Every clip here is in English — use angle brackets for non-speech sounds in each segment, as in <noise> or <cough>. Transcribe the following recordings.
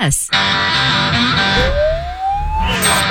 S.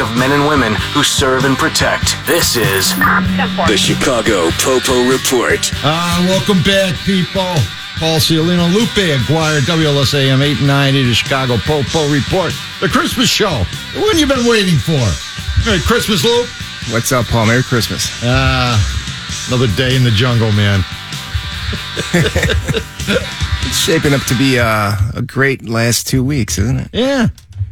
of men and women who serve and protect. This is The Chicago Popo Report. Ah, welcome back, people. Paul Ciolino, Lupe Aguirre, WLSAM 890, the Chicago Popo Report. The Christmas show. The one you've been waiting for. Merry Christmas, Lupe. What's up, Paul? Merry Christmas. Ah, another day in the jungle, man. It's shaping up to be uh, a great last two weeks, isn't it? Yeah,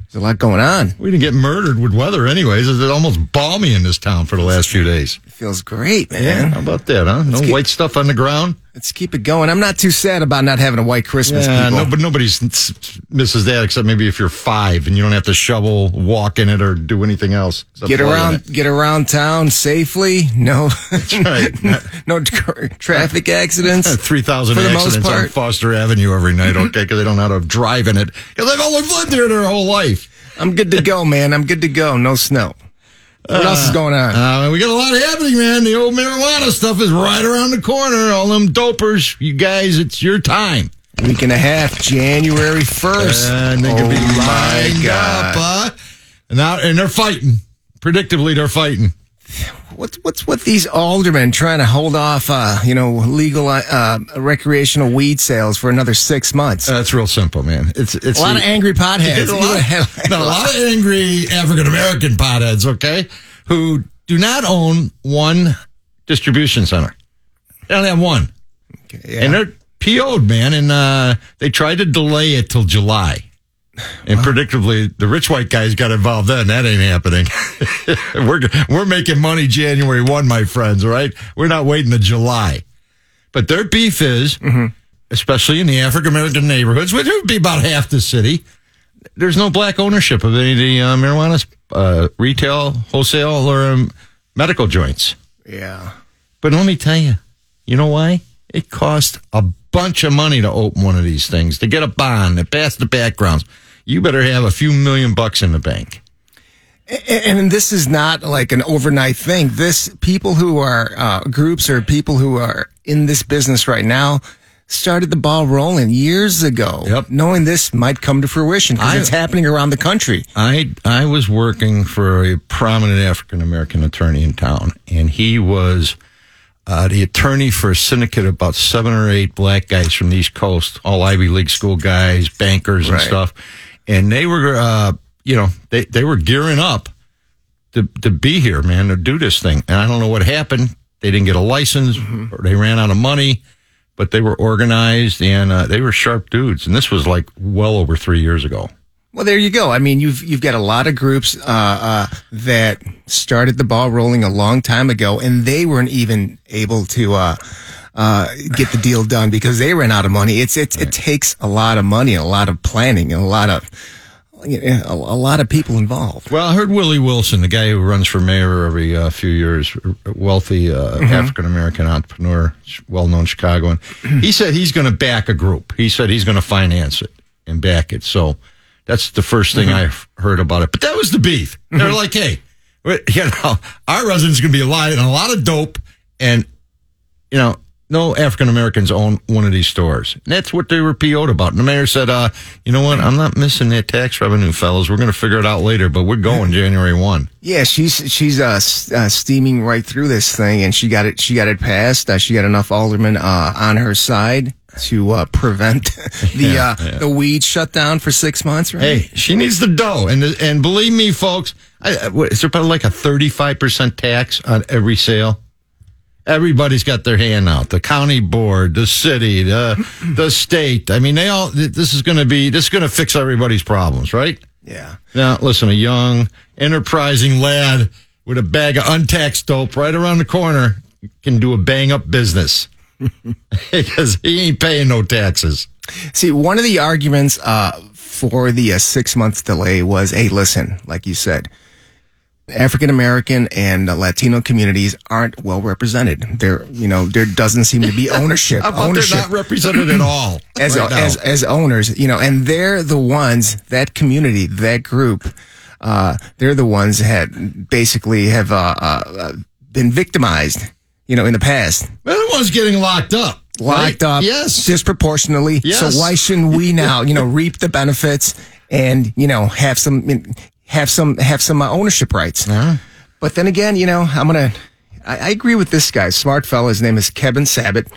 There's a lot going on. we didn't get murdered with weather anyways. It's almost balmy in this town for the last few days. It feels great, man. How about that, huh? No get- white stuff on the ground? Let's keep it going. I'm not too sad about not having a white Christmas, Yeah, people. no, but nobody misses that except maybe if you're five and you don't have to shovel, walk in it, or do anything else. except get play in around, it. get around town safely. No, right. <laughs> no, no tra- <laughs> traffic accidents. Three thousand For the most accidents on part. Mm-hmm. Foster Avenue every night, okay? Because they don't know how to drive in it. Because they've all lived there their whole life. I'm good to go, man. I'm good to go. No snow. What else is going on? Uh, we got a lot happening, man. The old marijuana stuff is right around the corner. All them dopers, you guys, it's your time. Week and a half, January first. And they oh could uh, be my lined up, God! huh? And now, and they're fighting. Predictably, they're fighting. What's what's with these aldermen trying to hold off, uh, you know, legal uh, recreational weed sales for another six months? Uh, That's real simple, man. It's it's a lot of angry potheads. There's <laughs> a lot, <laughs> Yeah. no, a lot of angry African American potheads, okay, who do not own one distribution center. They only have one, Yeah. and they're PO'd, man. And uh, they tried to delay it till July, and predictably, the rich white guys got involved. Then that ain't happening. <laughs> we're we're making money January one, my friends. all Right? We're not waiting to July. But their beef is, especially in the African American neighborhoods, which would be about half the city, there's no black ownership of any of the uh, marijuana uh, retail, wholesale, or um, medical joints. yeah. But let me tell you, you know why? It costs a bunch of money to open one of these things, to get a bond, to pass the backgrounds. You better have a few million bucks in the bank. And, and this is not like an overnight thing. This people who are uh, groups or people who are in this business right now started the ball rolling years ago, Yep. knowing this might come to fruition because I- it's happening around the country. I I was working for a prominent African American attorney in town, and he was uh, the attorney for a syndicate of about seven or eight black guys from the East Coast, all Ivy League school guys, bankers and Right. stuff. And they were, uh, you know, they, they were gearing up to, to be here, man, to do this thing. And I don't know what happened. They didn't get a license or they ran out of money, but they were organized and uh, they were sharp dudes. And this was like well over three years ago. Well, there you go. I mean, you've you've got a lot of groups uh, uh, that started the ball rolling a long time ago, and they weren't even able to uh, uh, get the deal done because they ran out of money. It's it's it takes a lot of money, a lot of planning, and a lot of you know, a, a lot of people involved. Well, I heard Willie Wilson, the guy who runs for mayor every uh, few years, a wealthy uh, African American entrepreneur, well known Chicagoan. he said he's going to back a group. He said he's going to finance it and back it. So that's the first thing I heard about it. But that was the beef. They're like, hey, we- <laughs> you know, our residents going to be alive and a lot of dope, and you know. No African Americans own one of these stores. And that's what they were PO'd about. And the mayor said, uh, you know what? I'm not missing that tax revenue, fellas. We're going to figure it out later, but we're going January 1. Yeah, she's she's uh, s- uh, steaming right through this thing, and she got it she got it passed. Uh, she got enough aldermen uh, on her side to uh, prevent <laughs> the Yeah, uh, yeah. the weed shutdown for six months. Right? Hey, she needs the dough, and and believe me, folks, I, I- what, is there probably like a thirty five percent tax on every sale? Everybody's got their hand out. The county board, the city, the the state. I mean, they all. th- This is going to be. This is going to fix everybody's problems, right? yeah. Now, listen, a young, enterprising lad with a bag of untaxed dope right around the corner can do a bang up business. <laughs> because he ain't paying no taxes. See, one of the arguments uh, for the uh, six months delay was, hey, listen, like you said, African American and uh, Latino communities aren't well represented. There, you know, there doesn't seem to <laughs> be ownership. How about ownership they're not represented at <clears throat> all? as right now? as as owners, you know, and they're the ones that community, that group, uh, they're the ones that basically have uh, uh, uh, been victimized, you know, in the past, They're the one's getting locked up. right? locked up, Yes. disproportionately. Yes. So why shouldn't <laughs> we now, you know, reap the benefits and you know have some have some have some uh, ownership rights? But then again, you know, I'm gonna. I, I agree with this guy, smart fellow. His name is Kevin Sabbott.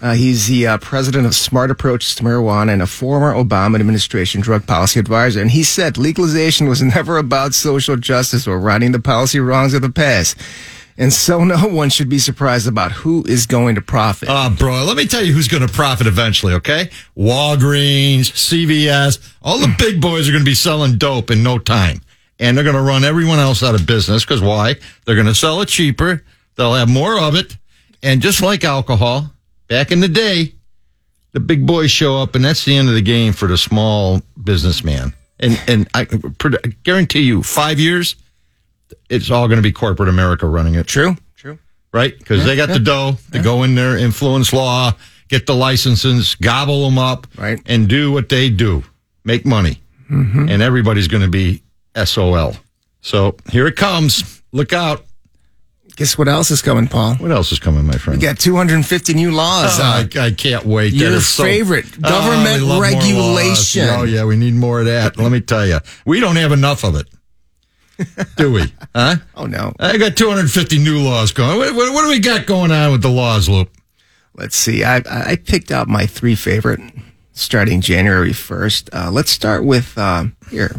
Uh, he's the uh, president of Smart Approaches to Marijuana and a former Obama administration drug policy advisor. And he said legalization was <laughs> never about social justice or righting the policy wrongs of the past. And so no one should be surprised about who is going to profit. Uh, bro, let me tell you who's going to profit eventually, okay? Walgreens, CVS, all the big boys are going to be selling dope in no time. And they're going to run everyone else out of business because why? They're going to sell it cheaper. They'll have more of it. And just like alcohol, back in the day, the big boys show up and that's the end of the game for the small businessman. And, and I, I guarantee you, five years, it's all going to be corporate America running it true, true. right? Because they got the dough to go in there, influence law, get the licenses, gobble them up, Right. Mm-hmm. and do what they do, make money, and everybody's going to be SOL. So here it comes. Look out! Guess what else is coming, Paul? What else is coming, my friend? We got 250 new laws. Oh, uh, I, I can't wait. That Your is so- favorite, Oh, we government love more laws. regulation. Oh yeah, we need more of that. Let me tell you, we don't have enough of it, do we? <laughs> Huh? oh no. I got 250 new laws going. What, what, what do we got going on with the laws, Luke? Let's see. I I I picked out my three favorite starting January first. Uh, let's start with um, here.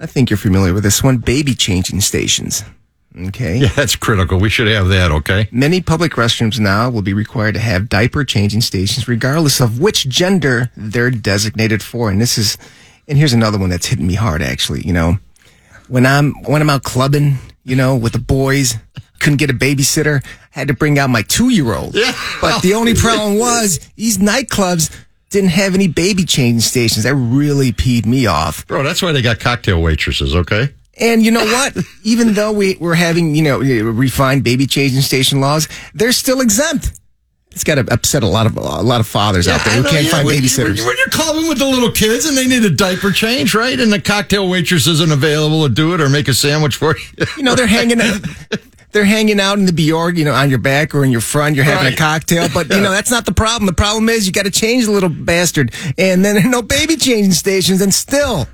I think you're familiar with this one: baby changing stations. Okay. Yeah, that's critical. We should have that, okay? Many public restrooms now will be required to have diaper changing stations, regardless of which gender they're designated for. And this is, and here's another one that's hitting me hard, actually. You know, when I'm when I'm out clubbing, you know, with the boys, couldn't get a babysitter, had to bring out my two year old. Yeah. But the only problem was these nightclubs didn't have any baby changing stations. That really peed me off. Bro, that's why they got cocktail waitresses, okay? And you know what? Even though we, we're having, you know, refined baby changing station laws, they're still exempt. It's got to upset a lot of a lot of fathers out there who can't find babysitters. When, you're clubbing with the little kids and they need a diaper change, right? And the cocktail waitress isn't available to do it or make a sandwich for <laughs> you. you know, they're hanging out. They're hanging out in the Bjorg, you know, on your back or in your front. You're having a Right. cocktail, but you know that's not the problem. The problem is you got to change the little bastard, and then there are no baby changing stations, and still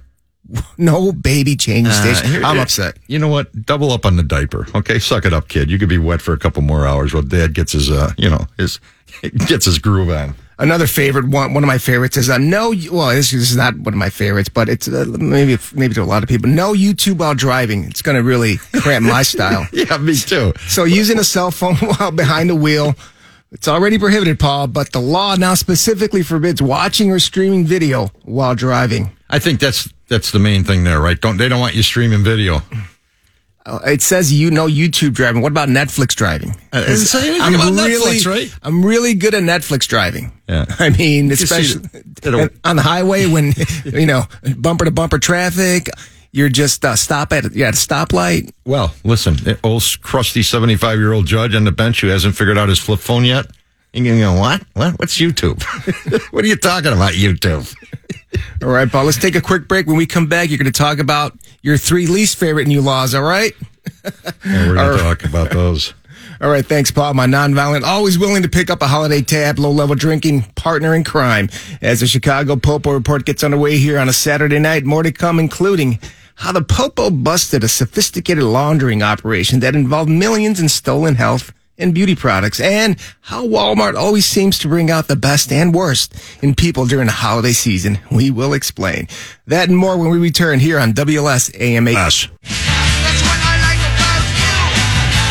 no baby changing stations. I'm upset. You know what? Double up on the diaper, okay? Suck it up, kid. You could be wet for a couple more hours while dad gets his, uh, you know, his <laughs> gets his groove on. <laughs> Another favorite one, one of my favorites is uh, no. Well, this, this is not one of my favorites, but it's uh, maybe maybe to a lot of people. No YouTube while driving. It's going to really cramp my style. Yeah, me too. So using a cell phone <laughs> while behind the wheel, it's already prohibited, Paul. But the law now specifically forbids watching or streaming video while driving. I think that's that's the main thing there, right? Don't they don't want you streaming video. Uh, It says you know YouTube driving. What about Netflix driving? Uh, it doesn't say anything about Netflix, right? I'm really good at Netflix driving. Yeah. <laughs> I mean, can see especially that- it'll- and on the <laughs> highway when <laughs> you know bumper to bumper traffic. You're just uh, stop at yeah at a stoplight. Well, listen, that old crusty 75 year old judge on the bench who hasn't figured out his flip phone yet. And you go, what? What? What's YouTube? <laughs> what are you talking about, YouTube? All right, Paul. Let's take a quick break. When we come back, you're going to talk about your three least favorite new laws. All right. And we're going to talk about those. All right, thanks, Paul. My nonviolent, always willing to pick up a holiday tab, low level drinking, partner in crime. As the Chicago Popo Report gets underway here on a Saturday night, more to come, including how the Popo busted a sophisticated laundering operation that involved millions in stolen health and beauty products, and how Walmart always seems to bring out the best and worst in people during the holiday season. We will explain that and more when we return here on WLS AM Us. That's what I like about you.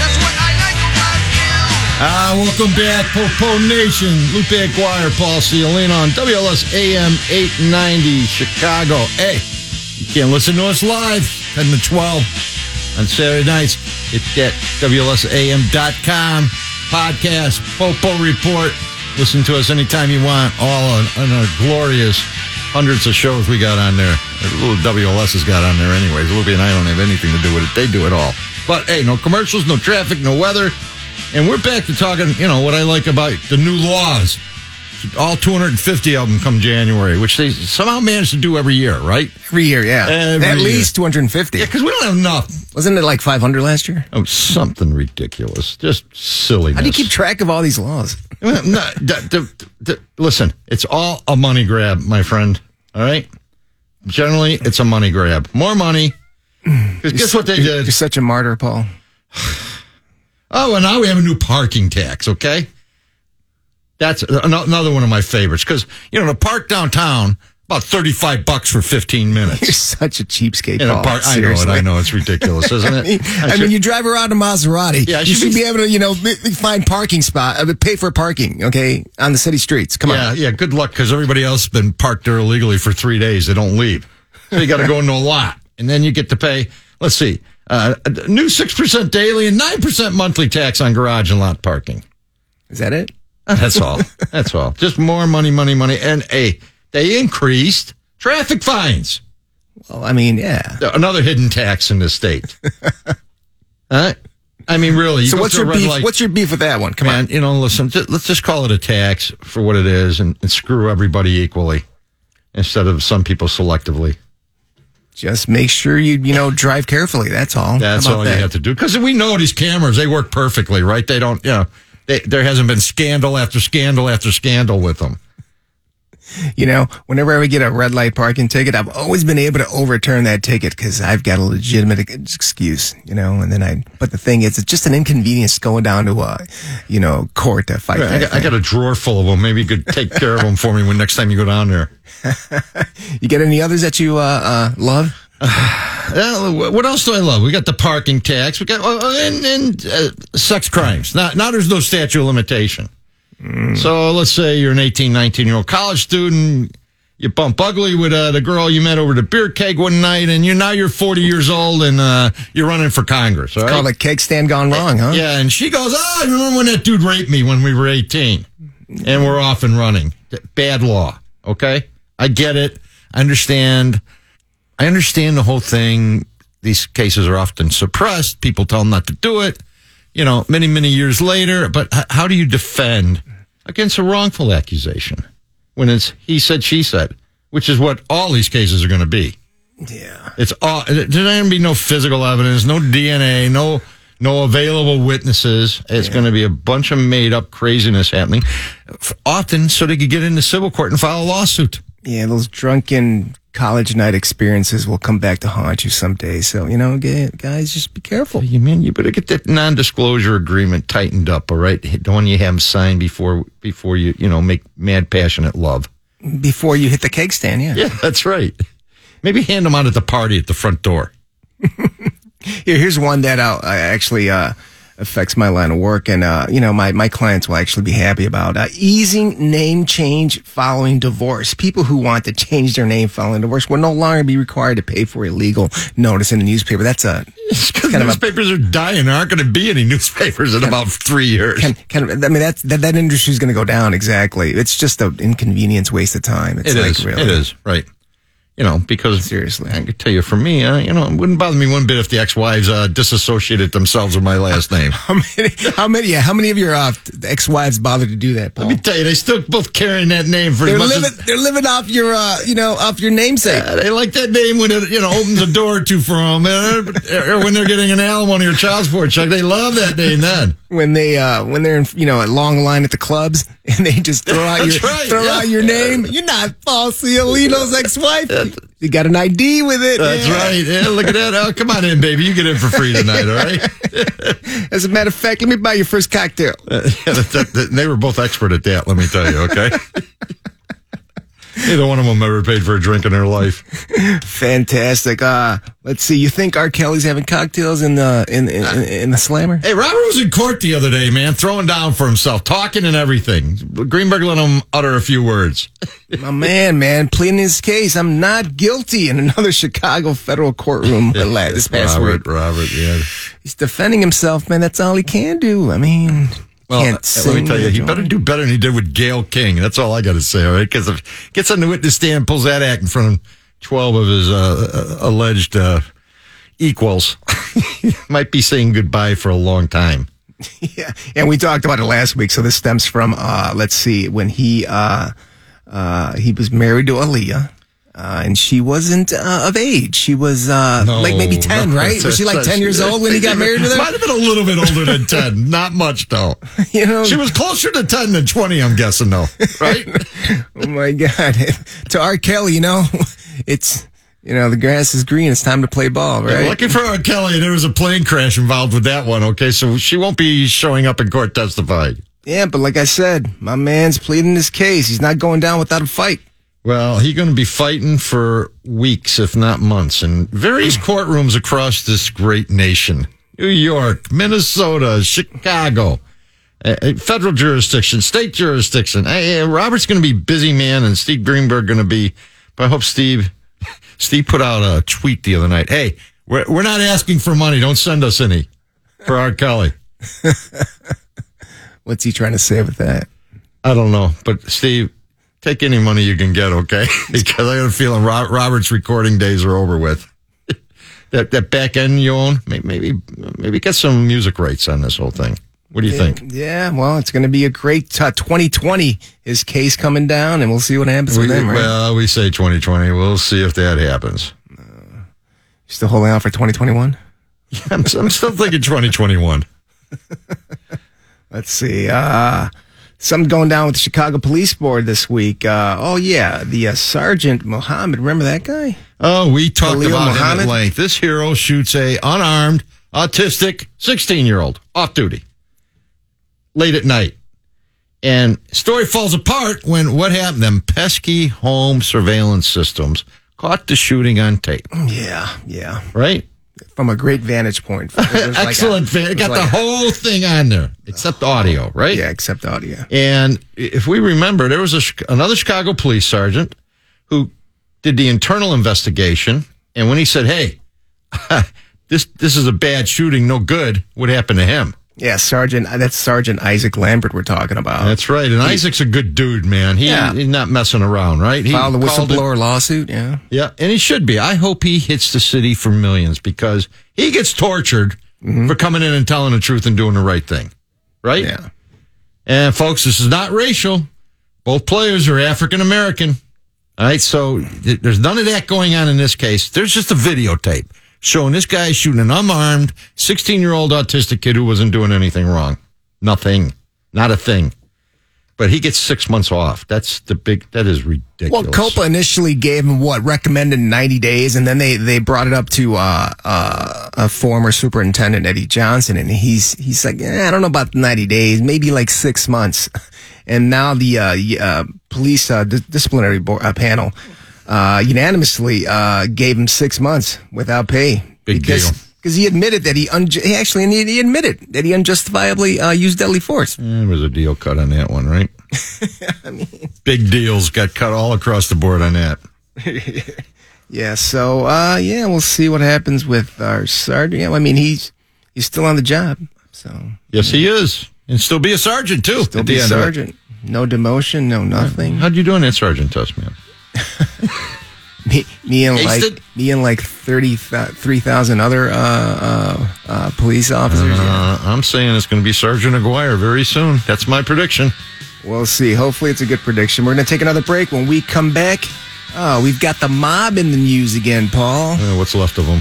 That's what I like about you. <laughs> Ah, welcome back, Popo Nation. Lupe Aguirre, Paul Ciolino on WLS AM 890 Chicago. Hey, you can listen to us live 10 to 12 on Saturday nights. It's at WLSAM.com. podcast, Popo Report. Listen to us anytime you want. All on, on our glorious hundreds of shows we got on there. Little WLS has got on there, anyways. Luby and I don't have anything to do with it. They do it all. But hey, no commercials, no traffic, no weather. And we're back to talking, you know, what I like about the new laws. All 250 of them come January, which they somehow manage to do every year, right? Every year, yeah. Every At year. least 250. Yeah, because we don't have enough. Wasn't it like 500 last year? Oh, something ridiculous. Just silliness. How do you keep track of all these laws? Well, no, d- d- d- listen, it's all a money grab, my friend. All right? Generally, it's a money grab. More money. 'Cause guess what they You're, did? you're such a <laughs> martyr, Paul. Oh, and now we have a new parking tax, okay? That's an- another one of my favorites because, you know, to park downtown, about 35 bucks for 15 You're <laughs> minutes. such a cheapskate, In a Paul. par- I know it. Oh, seriously. I know it's ridiculous, isn't it? <laughs> I mean, I should- you drive around a Maserati. Yeah, I you should should be- be able to, you know, li- li- find parking spot, uh, pay for parking, okay, on the city streets. Come Yeah, on. yeah. Good luck because everybody else has been parked there illegally for three days. They don't leave. So you got to go into a lot, and then you get to pay. Let's see, uh, a new six percent daily and nine percent monthly tax on garage and lot parking. Is that it? That's <laughs> all. That's all. Just more money, money, money, and a they increased traffic fines. Well, I mean, yeah. Another hidden tax in the <laughs> state. Huh? I mean, really. You So go what's through your a red beef? light- What's your beef with that one? Come man, on. you know, listen, ju- let's just call it a tax for what it is and, and screw everybody equally instead of some people selectively. Just make sure you, you know, drive carefully. That's all. That's How about all that? you have to do. Because we know these cameras, they work perfectly, right? They don't, you know, they, there hasn't been scandal after scandal after scandal with them. You know, whenever I would get a red light parking ticket, I've always been able to overturn that ticket because I've got a legitimate ex- excuse, you know, and then I, but the thing is, it's just an inconvenience going down to, uh, you know, court to fight I, that. got, I got a drawer full of them. Maybe you could take care of them for me when next time you go down there. you get any others that you, uh, uh, love? Uh, wh- What else do I love? We got the parking tax. We got oh, and, and uh, sex crimes. Now, now there's no statute of limitation. So let's say you're an 18, 19 year old college student. You bump ugly with uh, the girl you met over the beer keg one night, and you're now you're 40 years old and uh, you're running for Congress. All right? Called a keg stand gone wrong, huh? Yeah, and she goes, "Oh, you remember when that dude raped me when we were 18?" And we're off and running. Bad law. Okay, I get it. I understand. I understand the whole thing. These cases are often suppressed. People tell them not to do it. You know, many many years later. But h- how do you defend against a wrongful accusation when it's he said she said, which is what all these cases are going to be? Yeah. It's all there's going to be no physical evidence, no DNA, no no available witnesses. It's going to be a bunch of made up craziness happening, f- often so they could get into civil court and file a lawsuit. Yeah, those drunken college night experiences will come back to haunt you someday. So, you know, gu- guys, just be careful. You mean you better get that non disclosure agreement tightened up, all right? The one you have 'em sign before before you you know make mad passionate love. <laughs> Before you hit the keg stand, yeah. Yeah, that's right. Maybe hand them out at the party at the front door. Here, here's one that uh, I actually uh, affects my line of work, and uh, you know, my my clients will actually be happy about uh, easing name change following divorce. People who want to change their name following divorce will no longer be required to pay for a legal notice in the newspaper. That's a Because Kind of a- newspapers are dying. There aren't going to be any newspapers in about three years. kind, kind of. I mean, that's that that industry is going to go down. Exactly. It's just an inconvenience, waste of time. It's It like is. really. It is right. You know, because Seriously. I could tell you, for me, uh, you know, it wouldn't bother me one bit if the ex-wives uh, disassociated themselves with my last name. How many? How many? Yeah. How many of your uh, ex-wives bothered to do that? Paul? <laughs> Let me tell you, they still both carrying that name for they're as much living. as they're living off your. Uh, you know, off your namesake. Uh, they like that name when it you know opens a door or two for them, or when they're getting an alimony or child support check. They love that name then. when they uh when they're in you know a long line at the clubs <laughs> and they just throw out your That's right, throw yeah. out your name. You're not Paul Ciolino's ex-wife. You got an ID with it. That's Yeah. right. Yeah, look at that. Oh, come on in, baby. You get in for free tonight. All right. As a matter of fact, let me buy your first cocktail. <laughs> Yeah, that, that, that- they were both expert at that. Let me tell you. Okay. <laughs> Neither one of them ever paid for a drink in their life. Fantastic. Uh let's see. You think R. Kelly's having cocktails in the in in, in, in the slammer? Hey, Robert was in court the other day, man, throwing down for himself, talking and everything. Greenberg let him utter a few <laughs> words. My man, man, pleading his case. I'm not guilty in another <laughs> Chicago federal courtroom la- this past Robert, week. Robert, yeah. He's defending himself, man. That's all he can do. I mean, Well, can't uh, let me tell you, he better do better than he did with Gail King. That's all I got to say, all right? Because if gets on the witness stand, pulls that act in front of twelve of his uh, uh, alleged uh, equals, <laughs> might be saying goodbye for a long time. Yeah, and we talked about it last week. So this stems from uh, let's see, when he uh, uh, he was married to Aaliyah. Uh, and she wasn't uh, of age. She was uh, No, like maybe ten, no, right? that's- Was <laughs> she like that's- ten years old when he got married with Might her? have been a little bit older than ten, not much though. <laughs> You know, She was closer to ten than twenty, I'm guessing, though, right? oh my god! <laughs> to R. Kelly, you know, <laughs> it's you know the grass is green. It's time to play ball, right? Looking for R. Kelly, there was a plane crash involved with that one. Okay, so she won't be showing up in court testifying. yeah, but like I said, my man's pleading his case. He's not going down without a fight. Well, he's going to be fighting for weeks, if not months, in various courtrooms across this great nation New York, Minnesota, Chicago, uh, uh, federal jurisdiction, state jurisdiction. Hey, uh, Robert's going to be busy man, and Steve Greenberg going to be. But I hope Steve, <laughs> Steve put out a tweet the other night. Hey, we're, we're not asking for money. Don't send us any for our Kelly. What's he trying to say with that? I don't know, but Steve, take any money you can get, okay? <laughs> because I got a feeling Ro- Robert's recording days are over with. <laughs> that that back end you own, may- maybe maybe get some music rights on this whole thing. What do you think? Yeah, well, it's going to be a great uh, 2020. His case coming down, and we'll see what happens We, with him. Right? Well, we say 2020. We'll see if that happens. <laughs> Still holding out for 2021. I'm, I'm still thinking 2021. Let's see. Uh, something going down with the Chicago Police Board this week. Uh, oh yeah, the uh, Sergeant Mohammed. Remember that guy? Oh, we talked Khalil about him Muhammad? at length. This hero shoots a unarmed, autistic 16 year old off duty late at night. And story falls apart when what happened? Them pesky home surveillance systems caught the shooting on tape, Yeah, yeah. right? From a great <laughs> vantage point. It was like a- Excellent. fan. it Got was the like a- whole thing on there, except audio, right? Yeah, except audio. And if we remember, there was a, Chi- another Chicago police sergeant who did the internal investigation. And when he said, "Hey, <laughs> this this is a bad shooting, no good," what happened to him? Yeah, Sergeant. That's Sergeant Isaac Lambert we're talking about. That's right. And Isaac's a good dude, man. He, Yeah. He's not messing around, right? He filed a called it- whistleblower lawsuit. Yeah. Yeah, and he should be. I hope he hits the city for millions because he gets tortured for coming in and telling the truth and doing the right thing, right? Mm-hmm. Yeah. And folks, this is not racial. Both players are African American. All right, so th- there's none of that going on in this case. There's just a videotape showing this guy shooting an unarmed 16 year old autistic kid who wasn't doing anything wrong. Nothing, not a thing. But he gets six months off. That's the big. That is Well, ridiculous. Copa initially gave him what recommended 90 days, and then they, they brought it up to uh, uh, a former superintendent Eddie Johnson, and he's he's like, eh, I don't know about 90 days, maybe like six months, <laughs> and now the uh, y- uh, police uh, dis- disciplinary board, uh, panel uh, unanimously uh, gave him six months without pay. Big because, deal. Because he admitted that he, unju- he actually he he admitted that he unjustifiably uh, used deadly force. There was a deal cut on that one, <laughs> right? Big deals got cut all across the board on that. Yeah, so uh yeah, we'll see what happens with our sergeant. Yeah, I mean he's he's still on the job, so Yes, he is. And still be a sergeant, too. still at be the end of it. sergeant. No demotion, no nothing. How'd you do on that sergeant test, man? Me, me and like Tasted? me and like thirty three thousand other uh, uh uh police officers. yeah. Uh, I'm saying it's going to be Sergeant Aguirre very soon. That's my prediction. We'll see. Hopefully it's a good prediction. We're gonna take another break. When we come back, oh, we've got the mob in the news again, Paul. Uh, what's left of him?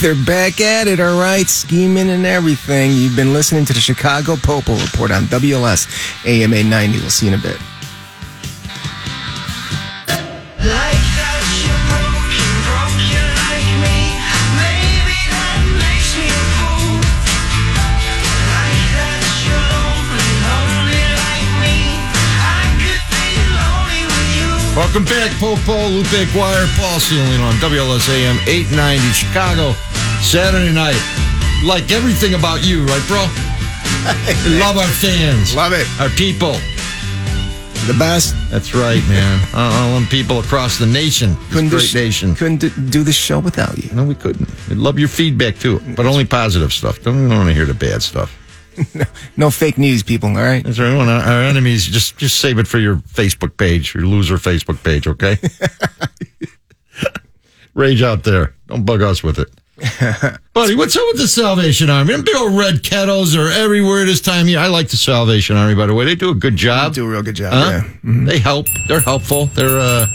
They're back at it, all right, scheming and everything. You've been listening to the Chicago Popo Report on WLS AMA 90. We'll see you in a bit. Like that you're broken, broken like me. Maybe that makes me a fool. Like that you're lonely, lonely like me. I could be lonely with you. Welcome back, Popo, Lupe Aguirre, Paul Sealing on WLSAM 890 Chicago, Saturday night. Like everything about you, right, <laughs> bro? We love our fans. Love it. Our people. The best. That's right, man. Uh, All them people across the nation. This Couldn't, do, great nation. couldn't do, do this show without you. No, we couldn't. We'd love your feedback too, but only positive stuff. Don't want to hear the bad stuff. No fake news, people. All right. That's right. One of uh, our enemies, just just save it for your Facebook page, your loser Facebook page, okay? <laughs> Rage out there. Don't bug us <laughs> with it. Buddy, what's up with the Salvation Army? Them big old red kettles are everywhere this time of year. I like the Salvation Army, by the way. They do a good job. Do a real good job. Huh? Yeah. Mm-hmm. They help. They're helpful. They're uh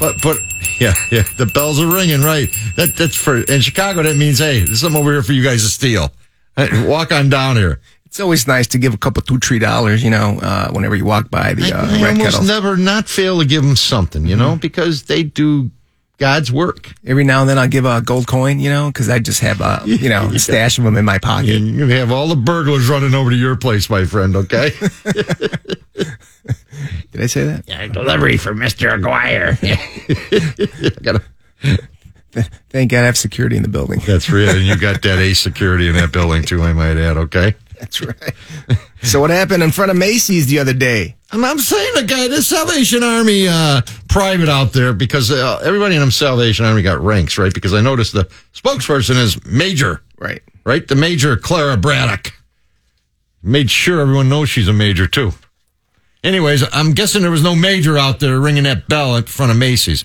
but but <laughs> yeah, yeah. The bells are ringing, right? That that's for in Chicago that means hey, there's something over here for you guys to steal. Hey, Walk on down here. It's always nice to give a couple two three dollars, you know, uh, whenever you walk by the uh, I, I red almost kettle. never not fail to give them something, you know, because they do God's work. Every now and then I'll give a gold coin, you know, because I just <laughs> have a you know stash of them in my pocket. And you have all the burglars running over to your place, my friend. Okay, Did I say that? Delivery for Mr. Aguirre. Thank God I have security in the building. <laughs> that's real. And you got that ace security in that building too. I might add. Okay. That's right. <laughs> so what happened in front of Macy's the other day? And I'm saying the guy, this Salvation Army uh, private out there, because uh, everybody in the Salvation Army got ranks, right? Because I noticed the spokesperson is Major, Right. right? The Major Clara Braddock. Made sure everyone knows she's a major, too. Anyways, I'm guessing there was no major out there ringing that bell in front of Macy's.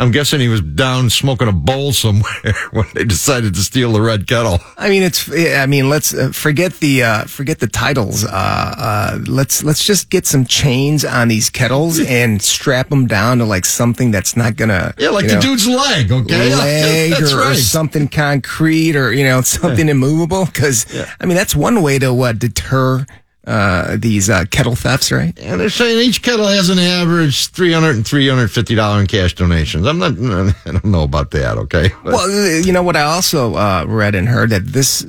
I'm guessing he was down smoking a bowl somewhere <laughs> when they decided to steal the red kettle. I mean, it's. I mean, let's uh, forget the uh, forget the titles. Uh, uh, let's let's just get some chains on these kettles and strap them down to like something that's not gonna Yeah, like you the know, dude's leg, okay? <laughs> leg That's or, or right. something concrete or you know something immovable. Because I mean, that's one way to uh, deter uh, these uh, kettle thefts, right? And they're saying each kettle has an average three hundred and three hundred fifty dollars in cash donations. I'm not, <laughs> I don't know about that. Okay, But Well, uh, you know what? I also uh, read and heard that this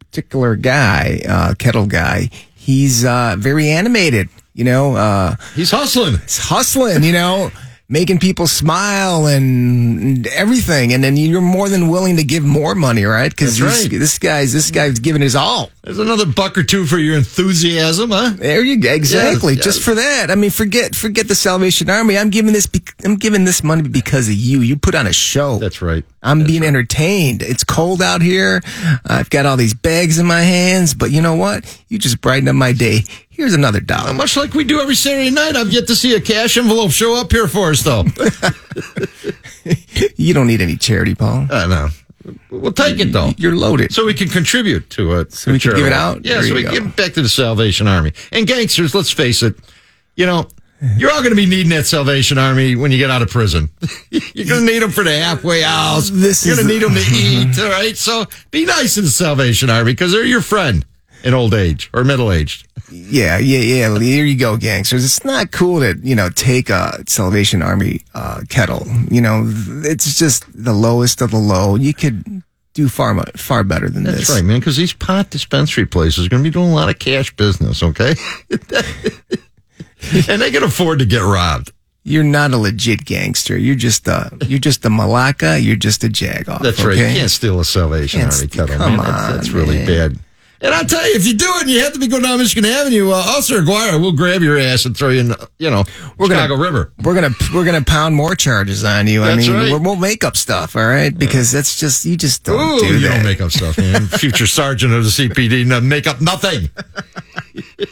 particular guy, uh, kettle guy, he's uh, very animated. You know, uh, he's hustling. he's hustling. You know, making people smile and everything. And then you're more than willing to give more money, right? Because That's right. this guy's this guy's giving his all. There's another buck or two for your enthusiasm, huh? There you go. Exactly. Yes, Just yes. for that. I mean, forget forget the Salvation Army. I'm giving this. Bec- I'm giving this money because of you. You put on a show. That's right. I'm being entertained. It's cold out here. I've got all these bags in my hands, but you know what? You just brighten up my day. Here's another dollar. Much like we do every Saturday night, I've yet to see a cash envelope show up here for us, <laughs> though. You don't need any charity, Paul. I know. We'll take it though. You're loaded. so we can contribute to it. So we can give it out? Yeah, There so you we go. can give it back to the Salvation Army. And gangsters, let's face it, you know, you're all going to be needing that Salvation Army when you get out of prison. <laughs> you're going to need them for the halfway house. This you're is going to the- need them to <laughs> eat, all right? So be nice to the Salvation Army because they're your friend in old age or middle aged. Yeah, yeah, yeah. Here you go, gangsters. It's not cool to, you know, take a Salvation Army uh, kettle. You know, th- it's just the lowest of the low. You could do far, mu- far better than That's this. right, man, because these pot dispensary places are going to be doing a lot of cash business, okay? <laughs> and they can afford to get robbed. You're not a legit gangster. You're just a, you're just a malacca. You're just a jagoff. That's right. okay? You can't steal a Salvation Can't Army steal- kettle. come man. That's, on, that's really man. bad. And I'll tell you, if you do it and you have to be going down Michigan Avenue, uh, Officer Aguirre will grab your ass and throw you in, the, you know, We're gonna- Chicago River. we're gonna we're gonna pound more charges on you. I That's mean, right. we're, we'll make up stuff, all right? Because that's just you just don't Ooh, do you that. don't make up stuff, <laughs> man. Future sergeant of the CPD, no, make up nothing. <laughs>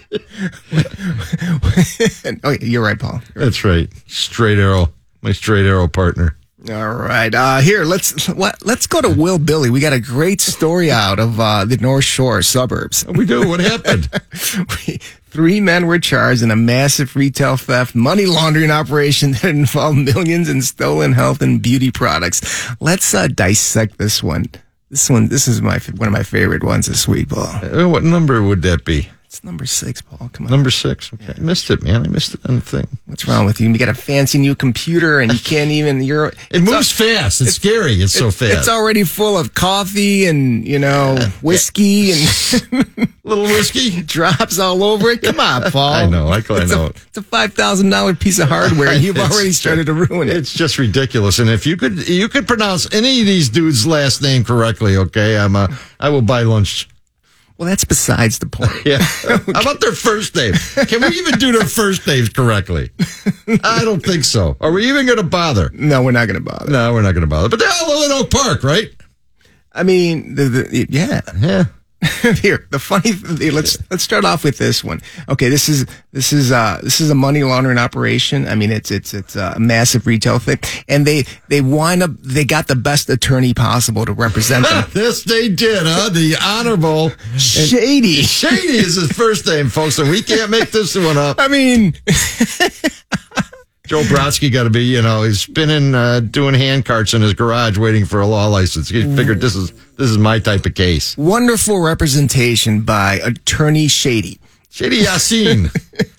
oh, yeah, you're right, Paul. That's right. Straight arrow. My straight arrow partner. All right, uh, here let's what, let's go to Will Billy. We got a great story out of uh, the North Shore suburbs. <laughs> We do. What happened? Three men were charged in a massive retail theft, money laundering operation that <laughs> involved millions in stolen health and beauty products. Let's uh, dissect this one. This one, this is my one of my favorite ones this week, Paul. Uh, what number would that be? It's number six, Paul. Come on. Number six. Okay. I missed it, man. I missed it on the thing. What's wrong with you? You got a fancy new computer and you can't even. You're It moves fast. It's, scary. It's, so fast. It's already full of coffee and you know whiskey and little whiskey. drops all over it. Come on, Paul. <laughs> I know. I, I know. It's a five thousand dollar piece <laughs> of hardware. and You've It's- already started to ruin it. It's just ridiculous. And if you could, you could pronounce any of these dudes' last name correctly, okay? I'm uh, I will buy lunch. Well, that's besides the point. <laughs> Yeah. <laughs> How about their first name? Can we even do their first names correctly? I don't think so. Are we even going to bother? No, we're not going to bother. No, we're not going to bother. But they all live in Oak Park, right? <laughs> I mean, the, the, yeah, <laughs> Yeah. here the funny here, let's let's start off with this one okay this is this is uh this is a money laundering operation i mean it's it's it's a massive retail thing and they they wind up they got the best attorney possible to represent <laughs> them this they did, huh? The honorable shady Shady is his first name, folks, and we can't make this one up. i mean Joe Brodsky got to be, you know, he's spinning, uh, doing hand carts in his garage, waiting for a law license. He figured this is this is my type of case. wonderful representation by attorney shady Shady Yassine.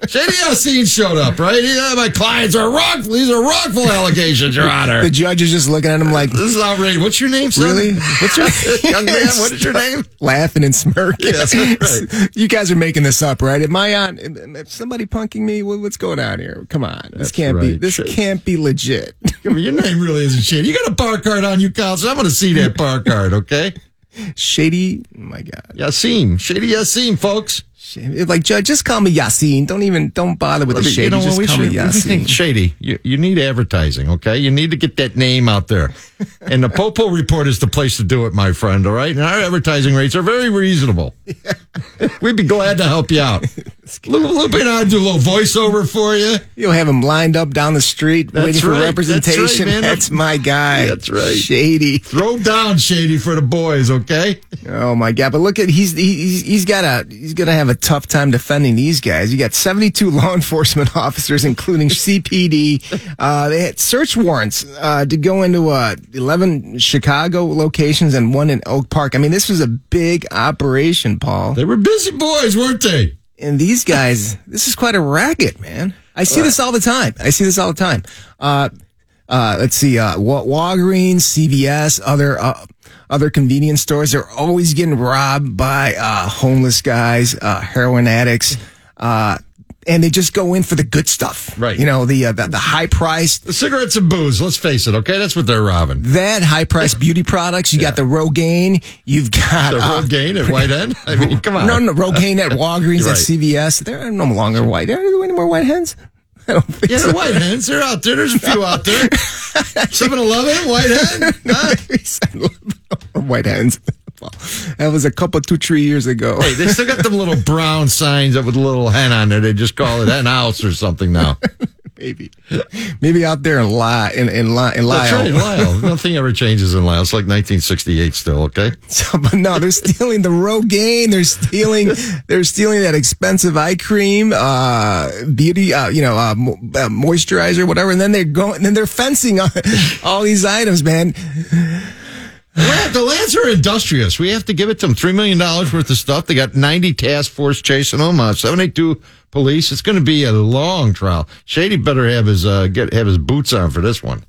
Shady Yassine showed up, right? He, uh, my clients are wrongful. These are wrongful allegations, Your Honor. the judge is just looking at him like This is outrageous. What's your name, son? Really? What's your <laughs> young man? What is your name? laughing and smirking. Yes, right. <laughs> You guys are making this up, right? Am I on? Am am somebody punking me? What- What's going on here? Come on, this That's can't be. right. This Shit. can't be legit. <laughs> Come here, your name really isn't Shady. You got a bar card on you, Counselor. I'm going to see that bar card, okay? Shady. Oh my God. Yassine. Shady Yassine, folks. Sh- Like judge, just call me Yassine. Don't even. Don't bother with the shady. You know what just we call should me we should think Yassine. shady. You, you need advertising, okay? You need to get that name out <laughs> there. And the Popo Report is the place to do it, my friend, all right? And our advertising rates are very <laughs> reasonable. We'd be glad to help you out. Little Lupe and I do a little voiceover for you. You'll have him lined up down the street That's waiting right. for That's representation. right, man. That's my guy. That's right. Shady. Throw down shady for the boys, okay? Oh my God! But look at he's he's he's got a he's gonna have a tough time defending these guys. You got seventy two <laughs> law enforcement officers, including CPD. Uh, they had search warrants uh, to go into uh, eleven Chicago locations and one in Oak Park. I mean, this was a big operation, Paul. They were busy boys, weren't they? And these guys, <laughs> this is quite a racket, man. I see this all the time. I see this all the time. Uh, uh, let's see, uh, Wa- Walgreens, CVS, other, uh, other convenience stores, they're always getting robbed by, uh, homeless guys, uh, heroin addicts, uh, and they just go in for the good stuff. Right. You know, the, uh, the, the high priced, The cigarettes and booze, let's face it, okay? That's what they're robbing. that high priced beauty products. You got the Rogaine. You've got, The uh, road gain at White End? I mean, come on. No, no, Rogaine <laughs> at Walgreens, You're at right. CVS. They're no longer white. Are there any more white hens? <laughs> I don't think Yeah, so. the <laughs> White Hens, they're out there. There's a few out <laughs> there. 7 Eleven, White Hen. huh? He said, white hens. <laughs> That was a couple, two, three years ago. Hey, they still got them little brown signs up with a little hen on there. They just call it hen house or something now. <laughs> Maybe, maybe out there in Ly in in, Ly, <laughs> in That's Lyle. right, Lyle. Nothing ever changes in Lyle. It's like 1968 still, okay? <laughs> So, but no, they're stealing the Rogaine. <laughs> They're stealing. They're stealing that expensive eye cream, uh, beauty, uh, you know, uh, mo- uh, moisturizer, whatever. And then they're going. Then they're fencing <laughs> on all these items, man. Lad- The lads are industrious. We have to give it to them. $3 million worth of stuff. They got 90 task force chasing them, uh, 782 police. It's going to be a long trial. Shady better have his, uh, get, have his boots on for this one.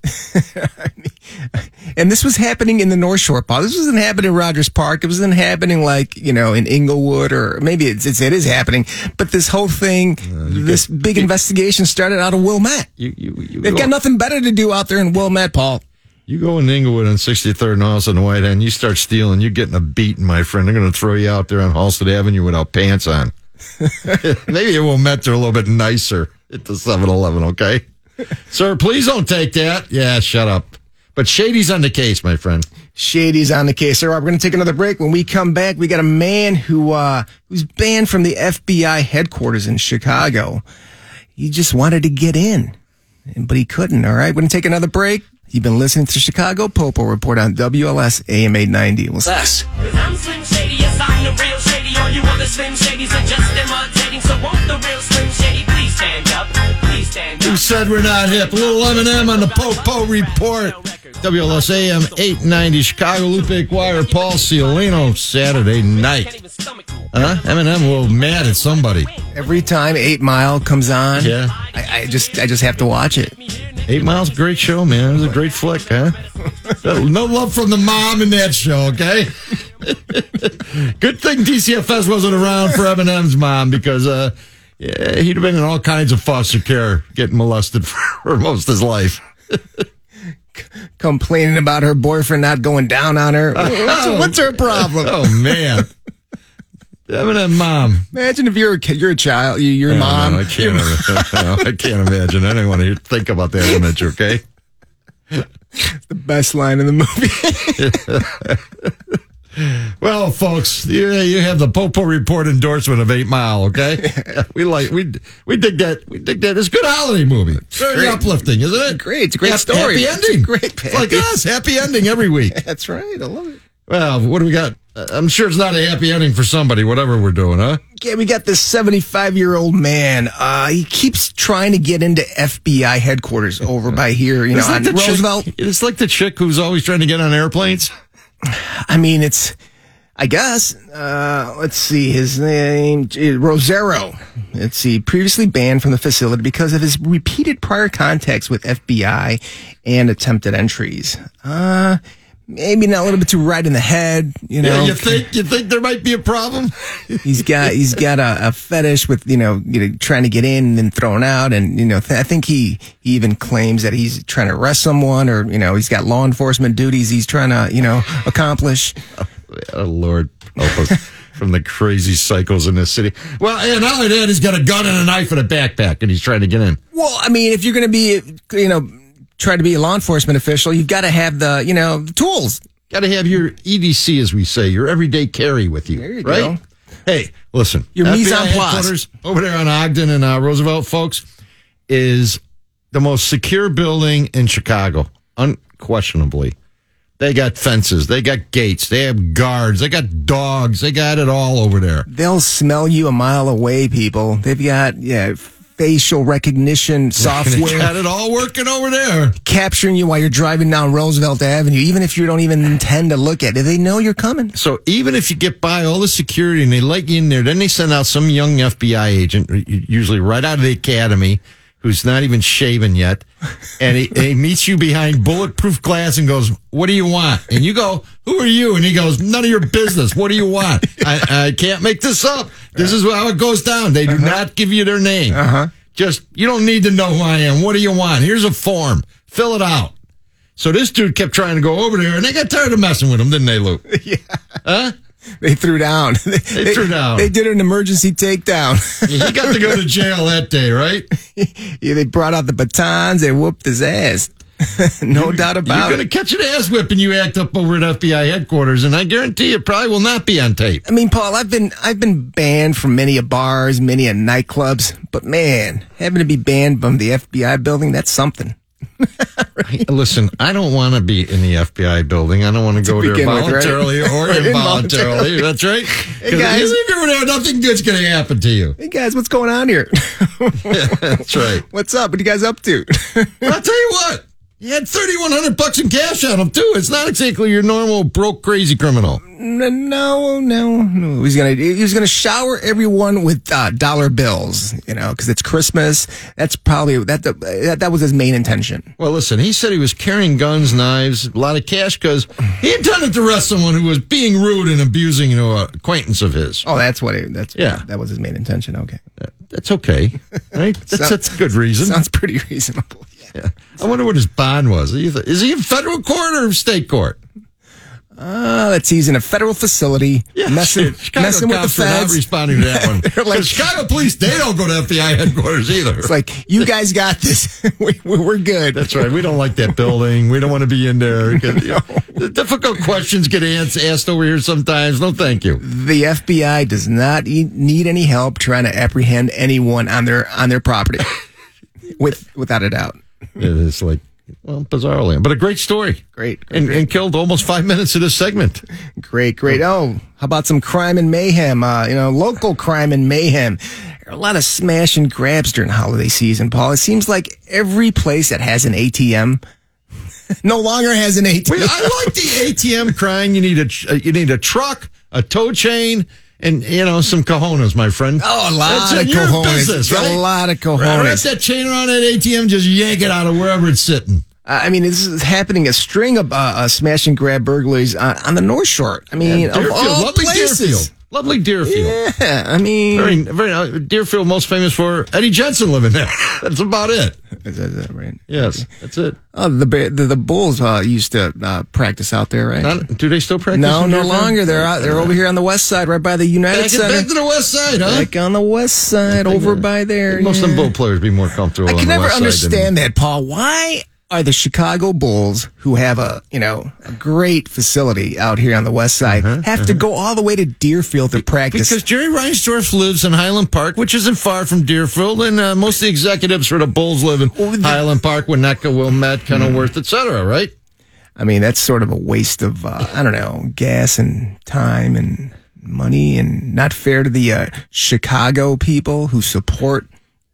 And this was happening in the North Shore, Paul. This wasn't happening in Rogers Park. It wasn't happening like you know in Inglewood or maybe it's, it's it is happening. But this whole thing, this big investigation started out of Wilmette. You, you, you They've got nothing better to do out there in Wilmette, Paul. You go in Inglewood on 63rd and Halsted and White End, you start stealing, you're getting a beating, my friend. They're going to throw you out there on Halsted Avenue without pants on. Maybe it will met are a little bit nicer at the 7 Eleven, okay? Sir, please don't take that. Yeah, shut up. But Shady's on the case, my friend. Shady's on the case. All right, we're going to take another break. When we come back, we got a man who uh, who's banned from the FBI headquarters in Chicago. He just wanted to get in, and- but he couldn't. All right, we're going to take another break. You've been listening to Chicago Popo Report on WLS AM 890. We'll see- Less. I'm Slim Shady, yes I'm the real Shady. All you other Slim Shadys are just imitating. So won't the real Slim Shady please stand up? Please stand up. Who said we're not hip? Little Eminem on the Popo Report. WLSAM 890 Chicago Lupe Aguirre, Paul Ciolino, Saturday night. Huh? Eminem will mad at somebody. Every time Eight Mile comes on, Yeah. I, I just I just have to watch it. Eight Miles, great show, man. It was a great flick, huh? no love from the mom in that show, okay? <laughs> Good thing DCFS wasn't around for Eminem's mom because uh, yeah, he'd have been in all kinds of foster care, getting molested <laughs> for most of his life. Complaining about her boyfriend not going down <laughs> on her. What's, what's her problem? Oh man, Eminem mom. Imagine if you're a, ki- you're a child, you- your mom. I can't. Im- I can't <laughs> imagine. I don't want to think about that image. Okay. Best line in the movie. Well, folks, you, you have the Popo Report endorsement of Eight Mile. <laughs> Okay, we like we we dig that we dig that. It's a good holiday movie. Very great. uplifting, isn't it? Great. It's a great Hap- story. Happy It's a ending. great It's like happy- us. Happy ending every <laughs> week. <laughs> That's right. I love it. Well, what do we got? Uh, I'm sure it's not a happy ending for somebody. Whatever we're doing, huh? Yeah, we got this 75 year old man. Uh, he keeps trying to get into FBI headquarters over by here, you know, It's like on the chick- Roosevelt. it's like the chick who's always trying to get on airplanes. I mean, it's, I guess, uh, let's see, his name, eh, Rosero. Let's see, previously banned from the facility because of his repeated prior contacts with FBI and attempted entries. Uh, maybe not a little bit too right in the head, you know. Yeah, you think you think there might be a problem? He's got he's got a, a fetish with you know, you know trying to get in and then thrown out, and you know th- I think he, he even claims that he's trying to arrest someone or you know he's got law enforcement duties he's trying to you know accomplish. Oh, Lord, help us <laughs> from the crazy cycles in this city. Well, and not only that, he's got a gun and a knife and a backpack, and he's trying to get in. Well, I mean, if you're going to be you know try to be a law enforcement official, you've got to have the you know the tools. Got to have your EDC, as we say, your everyday carry with you. There you right? go. Hey, listen. Your FBI mise en place. headquarters over there on Ogden and uh, Roosevelt, folks, is the most secure building in Chicago, unquestionably. They got fences, they got gates, they have guards, they got dogs, they got it all over there. They'll smell you a mile away, people. They've got yeah facial recognition And they <laughs> software got it all working over there. capturing you while you're driving down Roosevelt Avenue, even if you don't even intend to look at it. They know you're coming. So even if you get by all the security and they let you in there, then they send out some young FBI agent, usually right out of the academy, who's not even shaven yet, and he, and he meets you behind bulletproof glass and goes, "What do you want?" And you go, "Who are you?" And he goes, "None of your business. What do you want?" I, I can't make this up. This is how it goes down. They do not give you their name. Uh-huh. Just you don't need to know who I am. What do you want? Here's a form. Fill it out. So this dude kept trying to go over there, and they got tired of messing with him, didn't they, Luke? <laughs> They threw down. <laughs> they, threw down. They did an emergency takedown. <laughs> he got to go to jail that day, right? yeah, they brought out the batons. They whooped his ass. <laughs> no doubt You're about going to it. catch an ass whipping you act up over at FBI headquarters, and I guarantee it probably will not be on tape. I mean, Paul, I've been I've been banned from many a bars, many a nightclubs, but man, having to be banned from the FBI building, that's something. Listen, I don't want to be in the FBI building. I don't want to go there begin with, right? voluntarily <laughs> or involuntarily. Involuntarily. That's right. Because guys. if you're there, nothing good's going to happen to you. Hey guys, what's going on here? <laughs> <laughs> That's right. what's up? What you guys up to? <laughs> But I'll tell you what. He had thirty-one hundred bucks in cash on him too. It's not exactly your normal broke crazy criminal. no, no, no. He's gonna he's gonna shower everyone with uh, dollar bills, you know, because it's Christmas. That's probably that, that that was his main intention. Well, listen, he said he was carrying guns, knives, a lot of cash because he intended to arrest someone who was being rude and abusing you know, an acquaintance of his. Oh, that's what it, that's Yeah. that was his main intention. Okay, That's okay, <laughs> right? That's, Sounds- that's a good reason. sounds pretty <laughs> reasonable. Yeah. I wonder what his bond was. Is he- Is he in federal court or state court? Uh, let's see, he's in a federal facility messing, Chicago messing with the cops are not feds. responding to that <laughs> one. They're like- 'Cause Chicago police, they don't go to FBI headquarters either. It's like you guys got this. <laughs> we, we, we're good. That's right. We don't like that building. We don't want to be in there. <laughs> 'cause, you know, the difficult questions get ans- asked over here sometimes. No, thank you. The FBI does not e- need any help trying to apprehend anyone on their on <laughs> their property, with without a doubt. It is like, well, bizarrely, but a great story. Great, great, and, great. and killed almost five minutes of this segment. Great, great. Oh, how about some crime and mayhem? Uh, you know, local crime and mayhem. There are a lot of smash and grabs during holiday season, Paul. It seems like every place that has an ATM <laughs> no longer has an ATM. Wait, <laughs> I like the ATM crying. You need a tr- you need a truck, a tow chain, and you know some cojones, my friend. Oh, a lot That's of in your cojones. business, A right? lot of cojones. Wrap that chain around that ATM, just yank it out of wherever it's sitting. Uh, I mean, this is happening a string of uh, uh, smash and grab burglaries on, on the North Shore. I mean, of Deerfield, all lovely places. Deerfield, lovely Deerfield. Yeah, I mean, Very, very uh, Deerfield, most famous for Eddie Jensen living there. <laughs> That's about it. Is that- is that right? Yes, that's it. Oh, the, Bear- the the Bulls uh, used to uh, practice out there, right? Not, do they still practice? no, in no Deerfield? longer. They're out. They're over here on the west side, right by the United Back, Center. back to the west side, huh? Like on the west side, over by there. Most yeah. of them bowl players be more comfortable. I on can the never west side than- understand that, Paul. Why are the Chicago Bulls, who have a you know a great facility out here on the West Side, have to go all the way to Deerfield to practice. Uh-huh, Because Jerry Reinsdorf lives in Highland Park, which isn't far from Deerfield, and uh, most of the executives for the Bulls live in Highland Park, Winnetka, Wilmette, Kenilworth, etc. Right? I mean, that's sort of a waste of uh, I don't know gas and time and money, and not fair to the uh, Chicago people who support